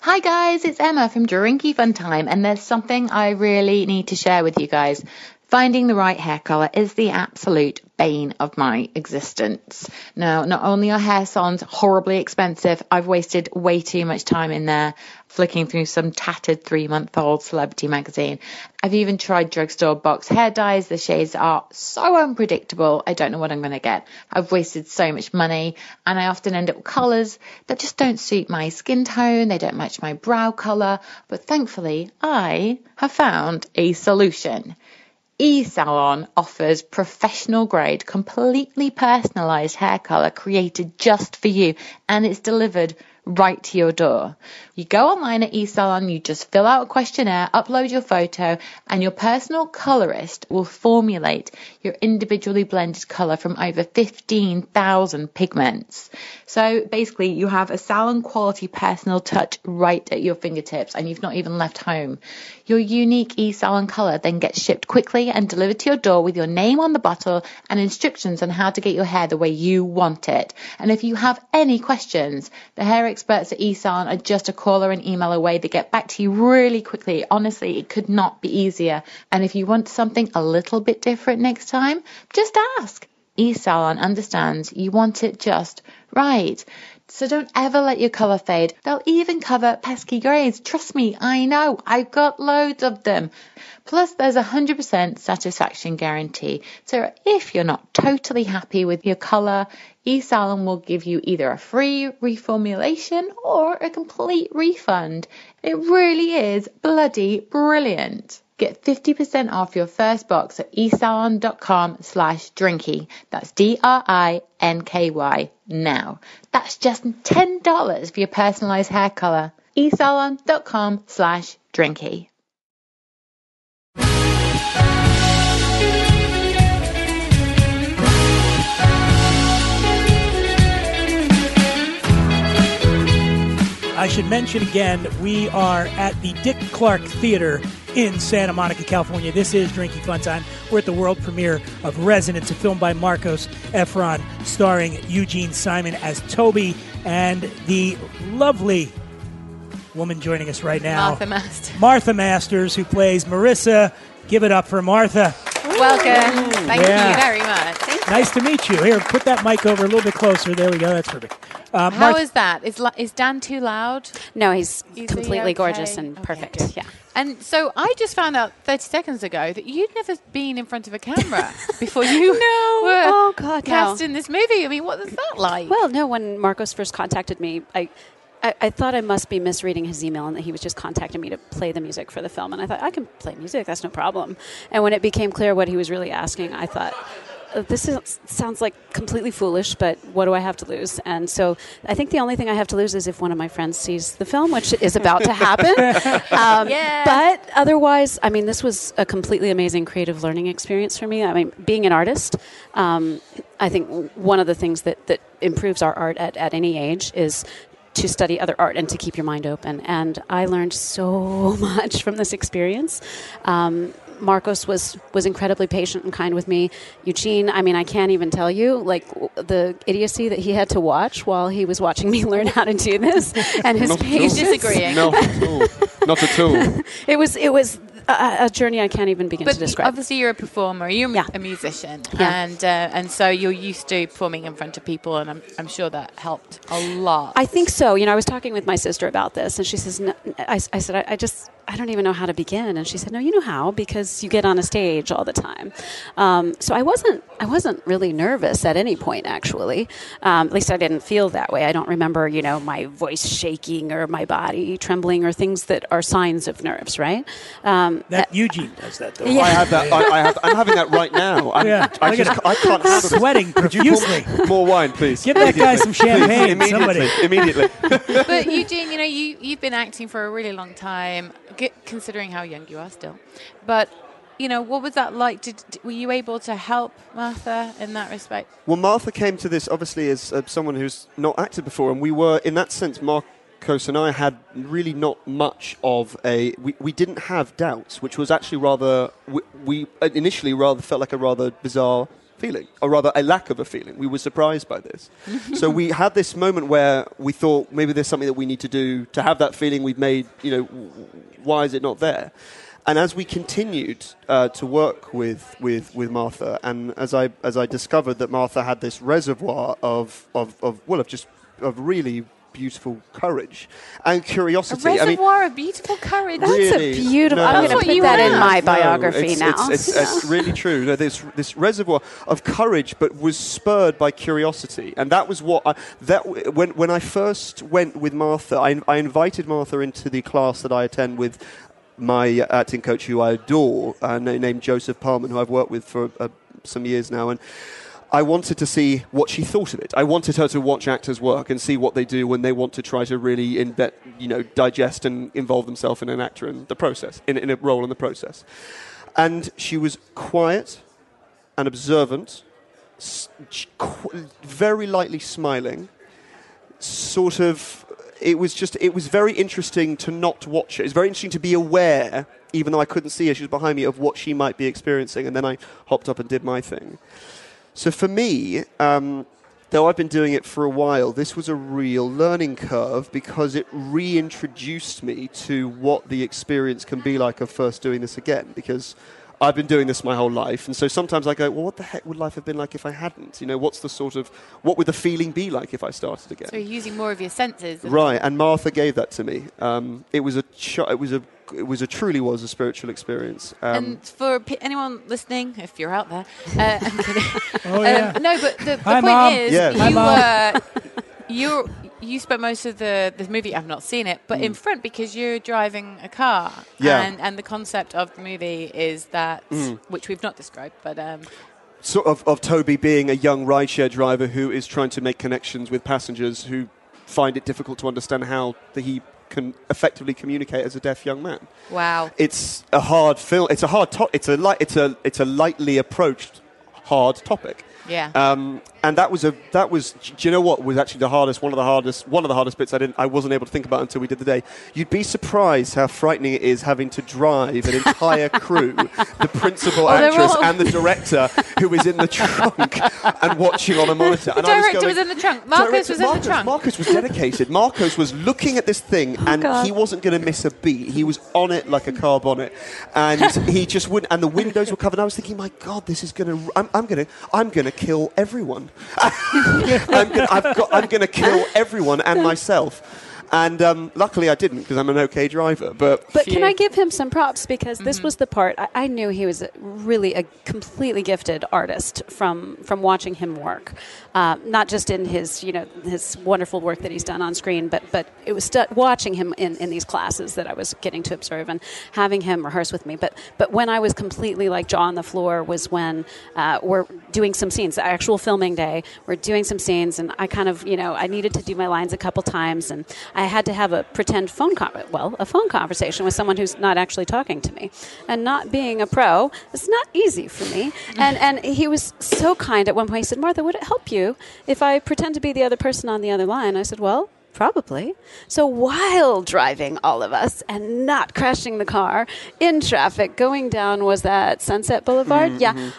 [SPEAKER 7] Hi guys, it's Emma from Drinky Fun Time, and there's something I really need to share with you guys. Finding the right hair color is the absolute bane of my existence. Now, not only are hair salons horribly expensive, I've wasted way too much time in there flicking through some tattered three month old celebrity magazine. I've even tried drugstore box hair dyes. The shades are so unpredictable. I don't know what I'm going to get. I've wasted so much money and I often end up with colors that just don't suit my skin tone. They don't match my brow color. But thankfully, I have found a solution. eSalon offers professional grade, completely personalized hair color created just for you, and it's delivered right to your door. You go online at eSalon, you just fill out a questionnaire, upload your photo, and your personal colorist will formulate your individually blended color from over 15,000 pigments. So basically, you have a salon quality personal touch right at your fingertips, and you've not even left home. Your unique eSalon color then gets shipped quickly and delivered to your door with your name on the bottle and instructions on how to get your hair the way you want it. And if you have any questions, the hair experts at eSalon are just a call or an email away. They get back to you really quickly. Honestly, it could not be easier. And if you want something a little bit different next time, just ask eSalon understands you want it just right. So don't ever let your colour fade. They'll even cover pesky greys. Trust me, I know. I've got loads of them. Plus, there's a 100% satisfaction guarantee. So if you're not totally happy with your colour, eSalon will give you either a free reformulation or a complete refund. It really is bloody brilliant. Get 50% off your first box at esalon.com slash drinky. That's D-R-I-N-K-Y now. That's just $10 for your personalized hair color. esalon.com slash drinky.
[SPEAKER 6] I should mention again, we are at the Dick Clark Theater in Santa Monica, California. This is Drinking Fun Time. We're at the world premiere of Resonance, a film by Marcos Efron, starring Eugene Simon as Toby and the lovely woman joining us right now,
[SPEAKER 7] Martha Mast.
[SPEAKER 6] Martha Masters, who plays Marissa. Give it up for Martha.
[SPEAKER 7] Welcome. Thank
[SPEAKER 6] Yeah.
[SPEAKER 7] you very much. Thank you.
[SPEAKER 6] Nice to meet you. Here, put that mic over a little bit closer. There we go. That's perfect. Uh,
[SPEAKER 7] How
[SPEAKER 6] Martha-
[SPEAKER 7] is that? Is, li- is Dan too loud?
[SPEAKER 11] No, he's
[SPEAKER 7] Is he
[SPEAKER 11] completely
[SPEAKER 7] okay?
[SPEAKER 11] gorgeous and
[SPEAKER 7] Okay,
[SPEAKER 11] perfect.
[SPEAKER 7] good.
[SPEAKER 11] Yeah.
[SPEAKER 7] And so I just found out 30 seconds ago that you'd never been in front of a camera before you no. were
[SPEAKER 11] Oh, God, no.
[SPEAKER 7] cast in this movie. I mean, what was that like?
[SPEAKER 11] Well, no, when Marcos first contacted me, I, I, I thought I must be misreading his email and that he was just contacting me to play the music for the film. And I thought, I can play music, that's no problem. And when it became clear what he was really asking, I thought, "Uh, this is, sounds like completely foolish, but what do I have to lose? And so I think the only thing I have to lose is if one of my friends sees the film, which is about to happen. Um,
[SPEAKER 7] Yeah.
[SPEAKER 11] But otherwise, I mean, this was a completely amazing creative learning experience for me. I mean, being an artist, um, I think w- one of the things that, that improves our art at, at any age is to study other art and to keep your mind open. And I learned so much from this experience. Um, Marcos was was incredibly patient and kind with me. Eugene, I mean, I can't even tell you like w- the idiocy that he had to watch while he was watching me learn how to do this, and his
[SPEAKER 9] Not at all.
[SPEAKER 11] patience.
[SPEAKER 7] Disagreeing.
[SPEAKER 9] Not at all. Not at all.
[SPEAKER 11] It was it was a, a journey I can't even begin
[SPEAKER 7] but
[SPEAKER 11] to describe.
[SPEAKER 7] obviously, you're a performer. You're
[SPEAKER 11] Yeah.
[SPEAKER 7] a musician,
[SPEAKER 11] Yeah.
[SPEAKER 7] and uh, and so you're used to performing in front of people, and I'm, I'm sure that helped a lot.
[SPEAKER 11] I think so. You know, I was talking with my sister about this, and she says, no, I, I said, I, I just, I don't even know how to begin. And she said, No, you know how, because you get on a stage all the time. Um, so I wasn't, I wasn't really nervous at any point, actually. Um, at least I didn't feel that way. I don't remember, you know, my voice shaking or my body trembling or things that are signs of nerves, right? Um,
[SPEAKER 6] that Eugene does that though.
[SPEAKER 11] Yeah.
[SPEAKER 9] I have that. I, I have, I'm having that right now. I'm,
[SPEAKER 6] Yeah,
[SPEAKER 9] I,
[SPEAKER 6] look at
[SPEAKER 9] just,
[SPEAKER 6] him.
[SPEAKER 9] I can't handle this.
[SPEAKER 6] Sweating
[SPEAKER 9] Could you pour
[SPEAKER 6] profusely.
[SPEAKER 9] me More wine, please.
[SPEAKER 6] Give that guy some
[SPEAKER 9] Immediately.
[SPEAKER 6] champagne,
[SPEAKER 9] Please, immediately.
[SPEAKER 6] somebody.
[SPEAKER 9] Immediately.
[SPEAKER 7] but Eugene, you know, you you've been acting for a really long time, g- considering how young you are still. But you know, what was that like? Did, d- were you able to help Martha in that respect?
[SPEAKER 9] Well, Martha came to this obviously as uh, someone who's not acted before, and we were, in that sense, Marcos and I had really not much of a. We, we didn't have doubts, which was actually rather. We, we uh, initially rather felt like a rather bizarre feeling, or rather a lack of a feeling. We were surprised by this. so we had this moment where we thought maybe there's something that we need to do to have that feeling we've made, you know, w- w- why is it not there? And as we continued uh, to work with, with, with Martha, and as I, as I discovered that Martha had this reservoir of, of, of well, of just of really beautiful courage and
[SPEAKER 7] A
[SPEAKER 9] curiosity. I mean,
[SPEAKER 7] reservoir of beautiful courage.
[SPEAKER 11] That's a
[SPEAKER 9] really,
[SPEAKER 11] beautiful- I'm
[SPEAKER 7] gonna That's what put you that in have.
[SPEAKER 11] my biography
[SPEAKER 9] it's,
[SPEAKER 11] now.
[SPEAKER 9] It's, it's, it's really true. No, this this reservoir of courage, but was spurred by curiosity, and that was what I, that w- when when I first went with Martha, I, I invited Martha into the class that I attend with. My acting coach, who I adore, uh, na- named Joseph Palman, who I've worked with for uh, some years now, and I wanted to see what she thought of it. I wanted her to watch actors work and see what they do when they want to try to really embed, you know, digest and involve themselves in an actor and the process, in, in a role in the process. And she was quiet and observant, s- ch- qu- very lightly smiling, sort of. It was just. It was very interesting to not watch her. It was very interesting to be aware, even though I couldn't see her. She was behind me of what she might be experiencing, and then I hopped up and did my thing. So for me, um, though I've been doing it for a while, this was a real learning curve because it reintroduced me to what the experience can be like of first doing this again. Because I've been doing this my whole life, and so sometimes I go, "Well, what the heck would life have been like if I hadn't?" You know, what's the sort of what would the feeling be like if I started again?
[SPEAKER 7] So you're using more of your senses. and-
[SPEAKER 9] Right, and Martha gave that to me. Um, it was a, ch- it was a, it was a truly was a spiritual experience. Um,
[SPEAKER 7] and for p- anyone listening, if you're out there, uh, I'm kidding.
[SPEAKER 6] Oh, yeah.
[SPEAKER 7] um, no, but the, the
[SPEAKER 6] Hi,
[SPEAKER 7] point
[SPEAKER 6] Mom.
[SPEAKER 7] is,
[SPEAKER 9] Yes.
[SPEAKER 7] you uh,
[SPEAKER 9] Hi,
[SPEAKER 7] were you you spent most of the the movie. I've not seen it,
[SPEAKER 9] Mm.
[SPEAKER 7] but in front because you're driving a car.
[SPEAKER 9] Yeah.
[SPEAKER 7] And, and the concept of the movie is that,
[SPEAKER 9] Mm.
[SPEAKER 7] which we've not described, but um,
[SPEAKER 9] sort of, of Toby being a young rideshare driver who is trying to make connections with passengers who find it difficult to understand how that he can effectively communicate as a deaf young man.
[SPEAKER 7] wow.
[SPEAKER 9] It's a hard film. It's a hard. To- it's a light. It's a. It's a lightly approached hard topic.
[SPEAKER 7] Yeah.
[SPEAKER 9] Um, and that was a that was do you know what was actually the hardest one of the hardest one of the hardest bits I didn't I wasn't able to think about until we did the day. You'd be surprised how frightening it is having to drive an entire crew, the principal
[SPEAKER 7] Oh, they're
[SPEAKER 9] actress
[SPEAKER 7] all-
[SPEAKER 9] and the director who is in the trunk and watching on a monitor.
[SPEAKER 7] The
[SPEAKER 9] and I was
[SPEAKER 7] director
[SPEAKER 9] going,
[SPEAKER 7] was in the trunk. Marcus
[SPEAKER 9] "Director-
[SPEAKER 7] was in the
[SPEAKER 9] Marcus-
[SPEAKER 7] trunk.
[SPEAKER 9] Marcus was dedicated. Marcos was looking at this thing
[SPEAKER 11] Oh,
[SPEAKER 9] and
[SPEAKER 7] God.
[SPEAKER 9] he wasn't going to miss a beat. He was on it like a car bonnet, and he just wouldn't. And the windows were covered. And I was thinking, my God, this is going to. I'm, I'm going to. I'm going to kill everyone. I'm going. I've got. I'm going to kill everyone and myself. And um, luckily, I didn't because I'm an okay driver. But
[SPEAKER 11] But can I give him some props because this was the part I, I knew he was a- really a completely gifted artist from from watching him work, uh, not just in his you know his wonderful work that he's done on screen, but but it was stu- watching him in, in these classes that I was getting to observe and having him rehearse with me. But but when I was completely like jaw on the floor was when uh, we're doing some scenes, the actual filming day. We're doing some scenes, and I kind of you know I needed to do my lines a couple times, and I had to have a pretend phone con- well a phone conversation with someone who's not actually talking to me, and not being a pro, it's not easy for me. And and he was so kind at one point. He said, Martha, would it help you if I pretend to be the other person on the other line? I said, well. Probably. So while driving, all of us, and not crashing the car in traffic, going down was that Sunset Boulevard. Yeah,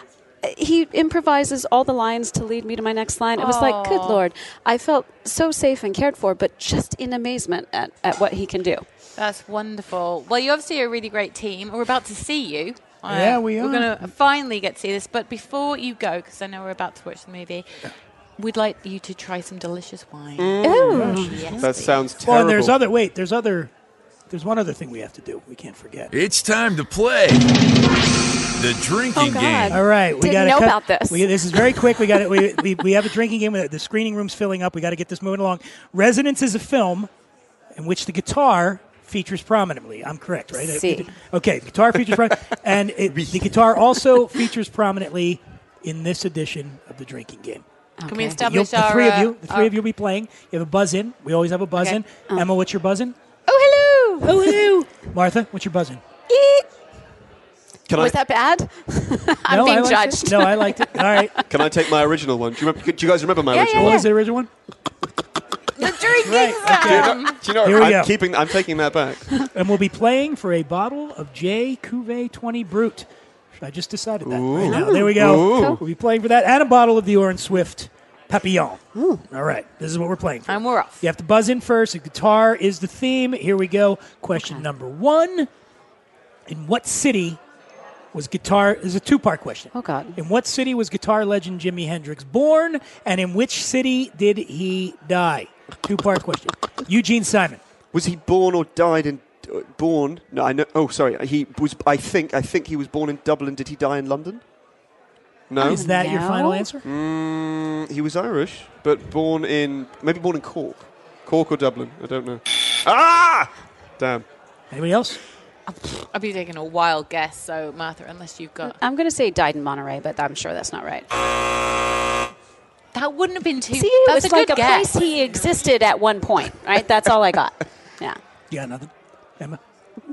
[SPEAKER 11] he improvises all the lines to lead me to my next line. It was like, good
[SPEAKER 7] Aw.
[SPEAKER 11] lord, I felt so safe and cared for, but just in amazement at, at what he can do.
[SPEAKER 7] That's wonderful. Well, you obviously are a really great team. and We're about to see you. Uh,
[SPEAKER 11] Yeah, we
[SPEAKER 7] We're
[SPEAKER 11] are.
[SPEAKER 7] going to finally get to see this. But before you go, because I know we're about to watch the movie, we'd like you to try some delicious wine.
[SPEAKER 11] Mm.
[SPEAKER 7] Yes.
[SPEAKER 9] that sounds terrible.
[SPEAKER 6] Well, and there's other. Wait, there's other. There's one other thing we have to do. We can't forget.
[SPEAKER 5] It's time to play the drinking game.
[SPEAKER 6] All right, we
[SPEAKER 11] Didn't
[SPEAKER 6] got to
[SPEAKER 11] know
[SPEAKER 6] cut,
[SPEAKER 11] about this.
[SPEAKER 6] We, this is very quick. We got we, we we have a drinking game. The screening room's filling up. We got to get this moving along. Resonance is a film in which the guitar features prominently. I'm correct, right?
[SPEAKER 11] Si.
[SPEAKER 6] Okay, the guitar features prominently, and it, the guitar also features prominently in this edition of the drinking game.
[SPEAKER 7] Can we
[SPEAKER 11] Okay.
[SPEAKER 6] You'll-
[SPEAKER 7] establish
[SPEAKER 6] the
[SPEAKER 7] our.
[SPEAKER 6] three of
[SPEAKER 7] uh,
[SPEAKER 6] you, the three
[SPEAKER 7] our-
[SPEAKER 6] of you, will be playing. You have a buzz in. We always have a buzz
[SPEAKER 7] Okay.
[SPEAKER 6] in.
[SPEAKER 11] Uh.
[SPEAKER 6] Emma, what's your buzz in?
[SPEAKER 7] Oh, hello!
[SPEAKER 6] Oh, hello. Martha, what's your buzz in?
[SPEAKER 9] Can I,
[SPEAKER 11] Was that bad? I'm
[SPEAKER 6] No, I
[SPEAKER 11] being
[SPEAKER 6] liked it.
[SPEAKER 11] judged.
[SPEAKER 6] No, I liked it. All right.
[SPEAKER 9] can I take my original one? Do you, remember, do you guys remember my
[SPEAKER 7] Yeah,
[SPEAKER 9] original
[SPEAKER 7] yeah,
[SPEAKER 6] What
[SPEAKER 9] one?
[SPEAKER 6] was the original one?
[SPEAKER 7] The drinking
[SPEAKER 9] Do you
[SPEAKER 7] sound.
[SPEAKER 9] know- Do you know?
[SPEAKER 6] Here we
[SPEAKER 9] I'm
[SPEAKER 6] go.
[SPEAKER 9] keeping. I'm taking that back.
[SPEAKER 6] and we'll be playing for a bottle of J Cuvée 20 Brut. I just decided that right now. There we
[SPEAKER 9] Ooh.
[SPEAKER 6] go.
[SPEAKER 9] Cool.
[SPEAKER 6] We'll be playing for that and a bottle of the Orange Swift Papillon. All right, this is what we're playing for.
[SPEAKER 7] And we're off.
[SPEAKER 6] You have to buzz in first. The guitar is the theme. Here we go. Question number one In what city was guitar? This is a two part question.
[SPEAKER 11] Oh, God.
[SPEAKER 6] In what city was guitar legend Jimi Hendrix born, and in which city did he die? Two part question. Eugene Simon.
[SPEAKER 9] Was he born or died in uh, born? No, I know. Oh, sorry. He was. I think. I think he was born in Dublin. Did he die in London? No.
[SPEAKER 6] Is that your
[SPEAKER 11] No.
[SPEAKER 6] final answer?
[SPEAKER 9] Mm, he was Irish, but born in maybe born in Cork, Cork or Dublin. I don't know. Ah! Damn.
[SPEAKER 6] Anybody else?
[SPEAKER 7] I'll be taking a wild guess, so Martha, unless you've got.
[SPEAKER 11] I'm going to say died in Monterey, but I'm sure that's not right.
[SPEAKER 7] That wouldn't have been too.
[SPEAKER 11] See, it
[SPEAKER 7] that's
[SPEAKER 11] was
[SPEAKER 7] a
[SPEAKER 11] like
[SPEAKER 7] good
[SPEAKER 11] a
[SPEAKER 7] guess.
[SPEAKER 11] place he existed at one point, right? That's all I got. Yeah.
[SPEAKER 6] You got nothing? Emma?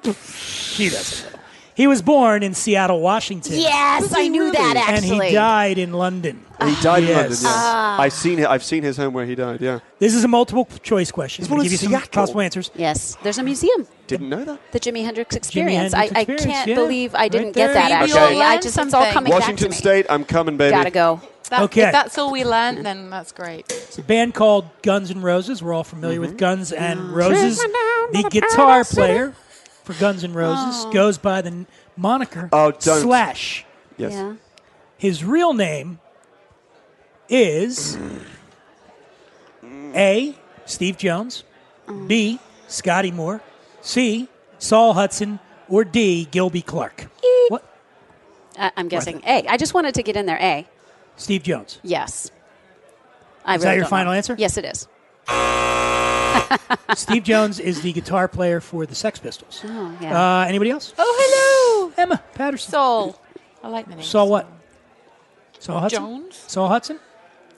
[SPEAKER 6] he doesn't know. He was born in Seattle, Washington.
[SPEAKER 11] Yes, I knew that
[SPEAKER 6] And
[SPEAKER 11] actually.
[SPEAKER 6] he died in London.
[SPEAKER 9] He died in London.
[SPEAKER 6] Yes.
[SPEAKER 9] Yeah. I've seen. hi- I've seen his home where he died. Yeah.
[SPEAKER 6] This is a multiple choice question.
[SPEAKER 9] He's
[SPEAKER 6] I'm gonna
[SPEAKER 9] born
[SPEAKER 6] give
[SPEAKER 9] in
[SPEAKER 6] you some
[SPEAKER 9] Seattle.
[SPEAKER 6] possible answers.
[SPEAKER 11] Yes, there's a museum.
[SPEAKER 9] Didn't know that.
[SPEAKER 11] The Jimi Hendrix Experience.
[SPEAKER 6] Hendrix
[SPEAKER 11] I,
[SPEAKER 6] Experience,
[SPEAKER 11] I can't
[SPEAKER 6] yeah.
[SPEAKER 11] believe I
[SPEAKER 6] Right
[SPEAKER 11] didn't
[SPEAKER 6] there.
[SPEAKER 11] get that
[SPEAKER 7] Maybe
[SPEAKER 11] actually.
[SPEAKER 7] you'll learn
[SPEAKER 11] I just it's all
[SPEAKER 7] something.
[SPEAKER 11] coming
[SPEAKER 9] Washington
[SPEAKER 11] back to me.
[SPEAKER 9] State. I'm coming, baby.
[SPEAKER 11] Gotta go.
[SPEAKER 7] That,
[SPEAKER 6] Okay.
[SPEAKER 7] If that's all we learned, then that's great.
[SPEAKER 6] It's a band called Guns N' Roses. We're all familiar with Guns
[SPEAKER 7] Mm-hmm.
[SPEAKER 6] and Roses. The guitar player for Guns N' Roses goes by the n- moniker
[SPEAKER 9] Oh, don't.
[SPEAKER 6] Slash.
[SPEAKER 9] Yes.
[SPEAKER 11] Yeah.
[SPEAKER 6] His real name is A. Steve Jones, B. Scotty Moore, C. Saul Hudson, or D. Gilby Clark. What? Uh,
[SPEAKER 11] I, I'm guessing A. I just wanted to get in there. A.
[SPEAKER 6] Steve Jones.
[SPEAKER 11] Yes. I
[SPEAKER 6] Is that your
[SPEAKER 11] don't
[SPEAKER 6] final
[SPEAKER 11] know.
[SPEAKER 6] answer?
[SPEAKER 11] Yes, it is.
[SPEAKER 6] Steve Jones is the guitar player for the Sex Pistols.
[SPEAKER 11] Oh, yeah.
[SPEAKER 6] Uh, anybody else?
[SPEAKER 7] Oh, hello,
[SPEAKER 6] Emma Patterson.
[SPEAKER 7] Saul. Oh, I like the name.
[SPEAKER 6] Saul what? Saul Hudson.
[SPEAKER 7] Jones?
[SPEAKER 6] Saul Hudson.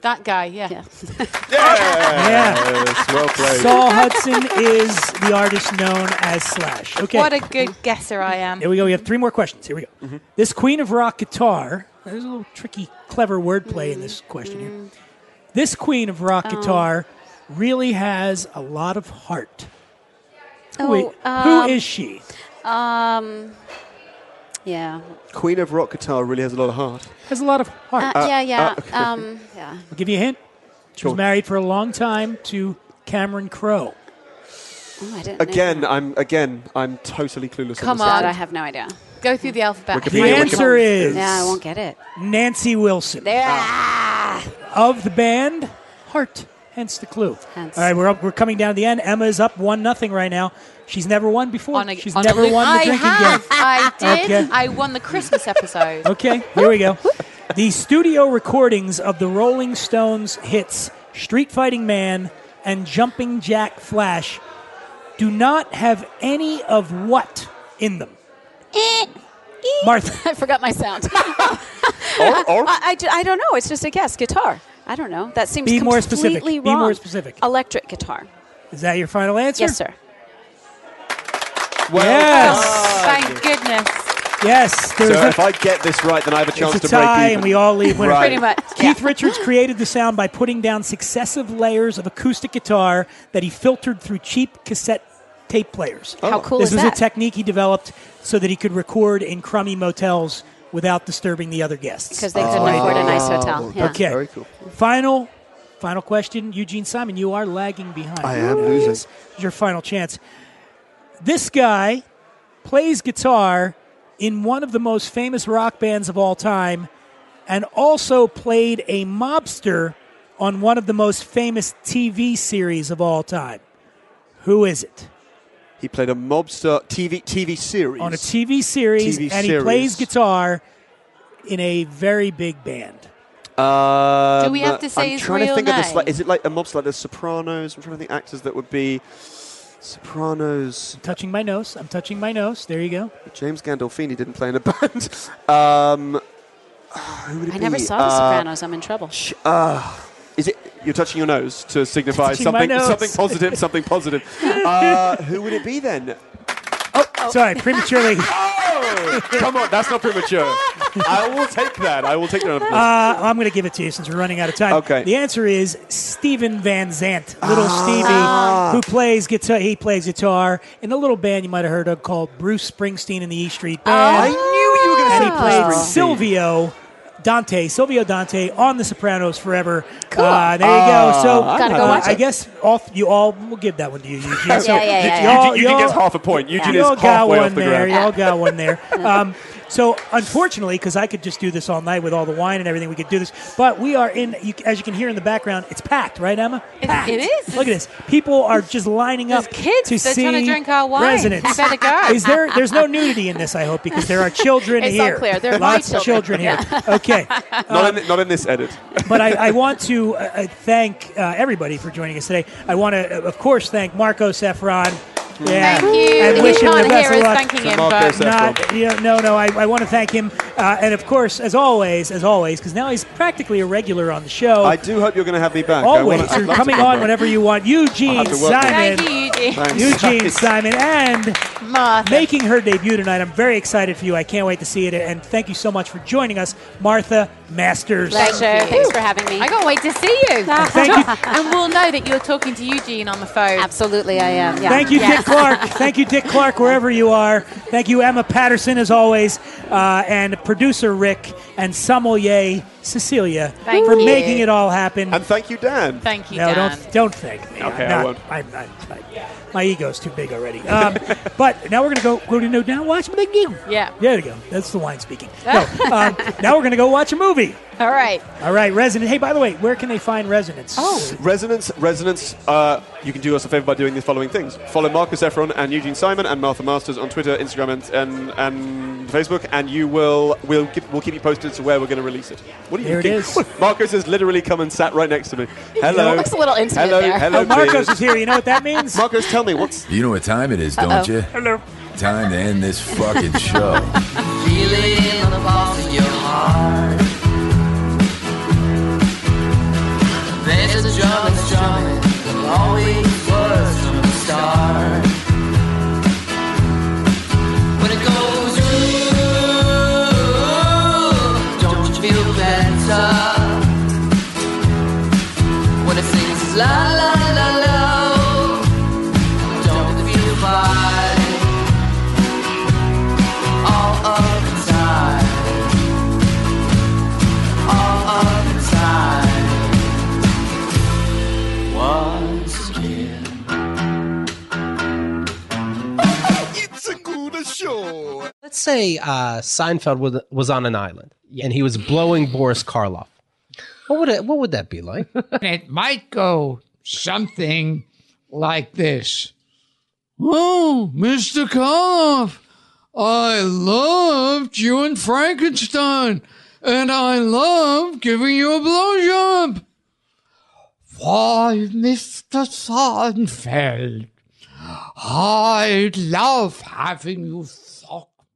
[SPEAKER 7] That guy, yeah.
[SPEAKER 11] yeah.
[SPEAKER 6] Yeah.
[SPEAKER 9] Yes, well played.
[SPEAKER 6] Saul Hudson is the artist known as Slash. Okay.
[SPEAKER 7] What a good guesser I am.
[SPEAKER 6] Here we go. We have three more questions. Here we go. This Queen of Rock guitar. There's a little tricky, clever wordplay in this question here. This queen of rock
[SPEAKER 11] Oh.
[SPEAKER 6] guitar really has a lot of heart.
[SPEAKER 11] Oh,
[SPEAKER 6] Wait, who
[SPEAKER 11] um,
[SPEAKER 6] is she?
[SPEAKER 11] Um, yeah.
[SPEAKER 9] Queen of Rock Guitar really has a lot of heart.
[SPEAKER 6] Has a lot of
[SPEAKER 11] Uh,
[SPEAKER 6] heart.
[SPEAKER 11] yeah, yeah.
[SPEAKER 9] okay.
[SPEAKER 11] um, yeah.
[SPEAKER 6] I'll give you a hint. She was married for a long time to Cameron Crowe.
[SPEAKER 11] Oh, I didn't
[SPEAKER 9] Again, I'm again, I'm totally clueless.
[SPEAKER 11] Come
[SPEAKER 9] on, this.
[SPEAKER 11] on. I have no idea.
[SPEAKER 7] Go through the alphabet.
[SPEAKER 6] The answer is Ah.
[SPEAKER 11] Yeah, I won't get it.
[SPEAKER 6] Nancy Wilson. Of the band, Heart. Hence the clue.
[SPEAKER 11] Hence.
[SPEAKER 6] All right, we're up, we're coming down to the end. Emma is up one nothing right now. She's never won before.
[SPEAKER 7] On a-
[SPEAKER 6] She's
[SPEAKER 7] on a
[SPEAKER 6] never
[SPEAKER 7] loop.
[SPEAKER 6] won the
[SPEAKER 7] I
[SPEAKER 6] drinking
[SPEAKER 7] have.
[SPEAKER 6] game.
[SPEAKER 7] I did.
[SPEAKER 6] Okay.
[SPEAKER 7] I won the Christmas episode.
[SPEAKER 6] Okay, here we go. The studio recordings of the Rolling Stones hits Street Fighting Man and Jumping Jack Flash do not have any of what in them?
[SPEAKER 7] Eh,
[SPEAKER 6] Martha.
[SPEAKER 11] I forgot my sound. I, I, ju- I don't know. It's just a guess. Guitar. I don't know. That seems
[SPEAKER 6] Be more
[SPEAKER 11] completely
[SPEAKER 6] specific. Be
[SPEAKER 11] wrong.
[SPEAKER 6] more specific.
[SPEAKER 11] Electric guitar.
[SPEAKER 6] Is that your final answer?
[SPEAKER 11] Yes, sir.
[SPEAKER 9] Well,
[SPEAKER 6] Yes.
[SPEAKER 7] Thank goodness.
[SPEAKER 6] Yes.
[SPEAKER 9] So
[SPEAKER 6] There's a-
[SPEAKER 9] if I get this right, then I have a chance
[SPEAKER 6] it's a
[SPEAKER 9] to break
[SPEAKER 6] tie,
[SPEAKER 9] even.
[SPEAKER 6] and we all leave winners.
[SPEAKER 9] Right.
[SPEAKER 7] Pretty much. Yeah.
[SPEAKER 6] Keith Richards created the sound by putting down successive layers of acoustic guitar that he filtered through cheap cassette tape players. Oh.
[SPEAKER 11] How cool
[SPEAKER 6] this
[SPEAKER 11] is
[SPEAKER 6] was
[SPEAKER 11] that?
[SPEAKER 6] a technique he developed so that he could record in crummy motels without disturbing the other guests.
[SPEAKER 11] Because they couldn't afford a nice hotel. Yeah.
[SPEAKER 6] Okay.
[SPEAKER 9] Oh, Very cool.
[SPEAKER 6] Final, final question, Eugene Simon. You are lagging behind.
[SPEAKER 9] I am losing.
[SPEAKER 6] Here's your final chance. This guy plays guitar in one of the most famous rock bands of all time and also played a mobster on one of the most famous TV series of all time. Who is it?
[SPEAKER 9] He played a mobster TV TV series.
[SPEAKER 6] On a TV series,
[SPEAKER 9] TV
[SPEAKER 6] and he
[SPEAKER 9] series.
[SPEAKER 6] plays guitar in a very big band.
[SPEAKER 9] Um,
[SPEAKER 7] Do we have to say
[SPEAKER 9] I'm
[SPEAKER 7] his
[SPEAKER 9] trying to
[SPEAKER 7] real
[SPEAKER 9] think of this. Like,
[SPEAKER 7] name?
[SPEAKER 9] is it like a mobster like the Sopranos? I'm trying to think actors that would be Sopranos.
[SPEAKER 6] Touching my nose. I'm touching my nose. There you go.
[SPEAKER 9] James Gandolfini didn't play in a band. um, who would it
[SPEAKER 11] I
[SPEAKER 9] be?
[SPEAKER 11] never saw
[SPEAKER 9] Uh,
[SPEAKER 11] The Sopranos. I'm in trouble.
[SPEAKER 9] sh- uh, is it? You're touching your nose to signify
[SPEAKER 6] Touching my
[SPEAKER 9] something,
[SPEAKER 6] nose.
[SPEAKER 9] something positive, something positive. Uh, who would it be then?
[SPEAKER 6] Sorry, prematurely.
[SPEAKER 9] Oh, come on, that's not premature. I will take that. I will take that.
[SPEAKER 6] Uh, I'm going to give it to you since we're running out of time.
[SPEAKER 9] Okay. Ah.
[SPEAKER 6] The answer is Steven Van Zant, little Stevie, who plays guitar. He plays guitar in a little band you might have heard of called Bruce Springsteen and the E Street
[SPEAKER 9] I
[SPEAKER 6] Band.
[SPEAKER 9] knew you were
[SPEAKER 6] and
[SPEAKER 9] going
[SPEAKER 6] he
[SPEAKER 9] to say
[SPEAKER 6] played
[SPEAKER 9] Bruce Springsteen.
[SPEAKER 6] Silvio Dante, Silvio Dante on The Sopranos forever. Cool. there you go.
[SPEAKER 9] Ah,
[SPEAKER 6] So
[SPEAKER 11] Gotta go
[SPEAKER 6] uh,
[SPEAKER 11] watch
[SPEAKER 6] I
[SPEAKER 11] it.
[SPEAKER 6] guess all you all will give that one to you, Eugene. So
[SPEAKER 11] Yeah, yeah, yeah,
[SPEAKER 6] y'all-
[SPEAKER 9] Eugene- Eugene
[SPEAKER 6] y'all-
[SPEAKER 9] gets half a point. Eugene
[SPEAKER 6] you all
[SPEAKER 9] is
[SPEAKER 6] got
[SPEAKER 9] halfway
[SPEAKER 6] one
[SPEAKER 9] off the
[SPEAKER 6] there.
[SPEAKER 9] ground.
[SPEAKER 6] You all got one there. Um, so, unfortunately, because I could just do this all night with all the wine and everything, we could do this. But we are in, you, as you can hear in the background, it's packed, right, Emma?
[SPEAKER 7] It-
[SPEAKER 6] Packed.
[SPEAKER 7] it is.
[SPEAKER 6] Look at this. People are just lining up.
[SPEAKER 7] There's kids.
[SPEAKER 6] to
[SPEAKER 7] They're
[SPEAKER 6] see
[SPEAKER 7] trying to drink our wine.
[SPEAKER 6] Residents.
[SPEAKER 7] We better go.
[SPEAKER 6] Is there? There's no nudity in this, I hope, because there are children
[SPEAKER 11] It's all
[SPEAKER 6] here.
[SPEAKER 11] clear. They're my
[SPEAKER 6] Lots of children
[SPEAKER 11] children.
[SPEAKER 6] here. Okay
[SPEAKER 9] Not, in, not in this edit.
[SPEAKER 6] but I, I want to uh, uh, thank uh, everybody for joining us today. I want to, uh, of course, thank Marco Saffron. Yeah,
[SPEAKER 7] Thank you.
[SPEAKER 6] And
[SPEAKER 7] you
[SPEAKER 6] wish him
[SPEAKER 7] can't
[SPEAKER 6] the best
[SPEAKER 7] hear us
[SPEAKER 6] of luck.
[SPEAKER 7] thanking him,
[SPEAKER 9] Mark
[SPEAKER 7] but
[SPEAKER 9] Joseph. Saffron.
[SPEAKER 6] Not, you know, no, no. I, I want to thank him, uh, and of course, as always, as always, because now he's practically a regular on the show.
[SPEAKER 9] I do hope you're going to have me back. I
[SPEAKER 6] always,
[SPEAKER 9] wanna- I'd
[SPEAKER 6] you're
[SPEAKER 9] love to
[SPEAKER 6] coming
[SPEAKER 9] come
[SPEAKER 6] on
[SPEAKER 9] back.
[SPEAKER 6] whenever you want. Eugene
[SPEAKER 9] have to work.
[SPEAKER 6] Simon,
[SPEAKER 7] thank you, Eugene.
[SPEAKER 9] Thanks.
[SPEAKER 6] Eugene
[SPEAKER 9] Guys.
[SPEAKER 6] Simon, and
[SPEAKER 7] Martha.
[SPEAKER 6] making her debut tonight. I'm very excited for you. I can't wait to see it, and thank you so much for joining us, Martha Masters.
[SPEAKER 11] Pleasure. Thanks for having me.
[SPEAKER 7] I can't wait to see you.
[SPEAKER 6] Thank you.
[SPEAKER 7] and we'll know that you're talking to Eugene on the phone.
[SPEAKER 11] Absolutely, I am. Yeah.
[SPEAKER 6] Thank you,
[SPEAKER 7] Yes.
[SPEAKER 6] Dick Clark. Thank you, Dick Clark, wherever you are. Thank you, Emma Patterson, as always, uh, and producer Rick and sommelier Cecilia
[SPEAKER 7] Thank
[SPEAKER 6] for
[SPEAKER 7] you.
[SPEAKER 6] making it all happen.
[SPEAKER 9] And thank you, Dan.
[SPEAKER 7] Thank you,
[SPEAKER 6] no,
[SPEAKER 7] Dan.
[SPEAKER 6] don't don't thank me.
[SPEAKER 9] Okay,
[SPEAKER 6] I'm
[SPEAKER 9] I
[SPEAKER 6] not-
[SPEAKER 9] won't.
[SPEAKER 6] I'm- I'm- I- my ego's too big already. Um, but now we're gonna go go to no now watch the game.
[SPEAKER 7] Yeah.
[SPEAKER 6] There you go. That's the wine speaking. No, um, now we're gonna go watch a movie.
[SPEAKER 7] All right.
[SPEAKER 6] All right, Resonance. Hey, by the way, where can they find Resonance?
[SPEAKER 9] Oh. Resonance, resonance. Uh, you can do us a favor by doing the following things: follow Marcus Efron and Eugene Simon and Martha Masters on Twitter, Instagram, and and, and Facebook, and you will we'll keep, we'll keep you posted to where we're going to release it. What are you?
[SPEAKER 6] There it
[SPEAKER 9] looking-
[SPEAKER 6] is.
[SPEAKER 9] Marcus has literally come and sat right next to me. Hello.
[SPEAKER 11] Looks a little intimate
[SPEAKER 9] hello.
[SPEAKER 11] there.
[SPEAKER 9] Hello.
[SPEAKER 6] Oh, Marcos
[SPEAKER 9] please.
[SPEAKER 6] is here. You know what that means?
[SPEAKER 9] Marcus, tell me what's
[SPEAKER 5] You know what time it is, don't you? Hello. Time to end this fucking show.
[SPEAKER 12] There's a drum that's drumming, that always was from the start. When it goes, ooh, don't you feel better? La la la la. Don't feel fine all of the time. All of the time. Once again. It's a good show.
[SPEAKER 13] Let's say uh, Seinfeld was, was on an island and he was blowing Boris Karloff. What would it, what would that be like?
[SPEAKER 14] it might go something like this. Oh, Mr. Koloff, I loved you and Frankenstein, and I love giving you a blowjob. Why, Mr. Seinfeld, I love having you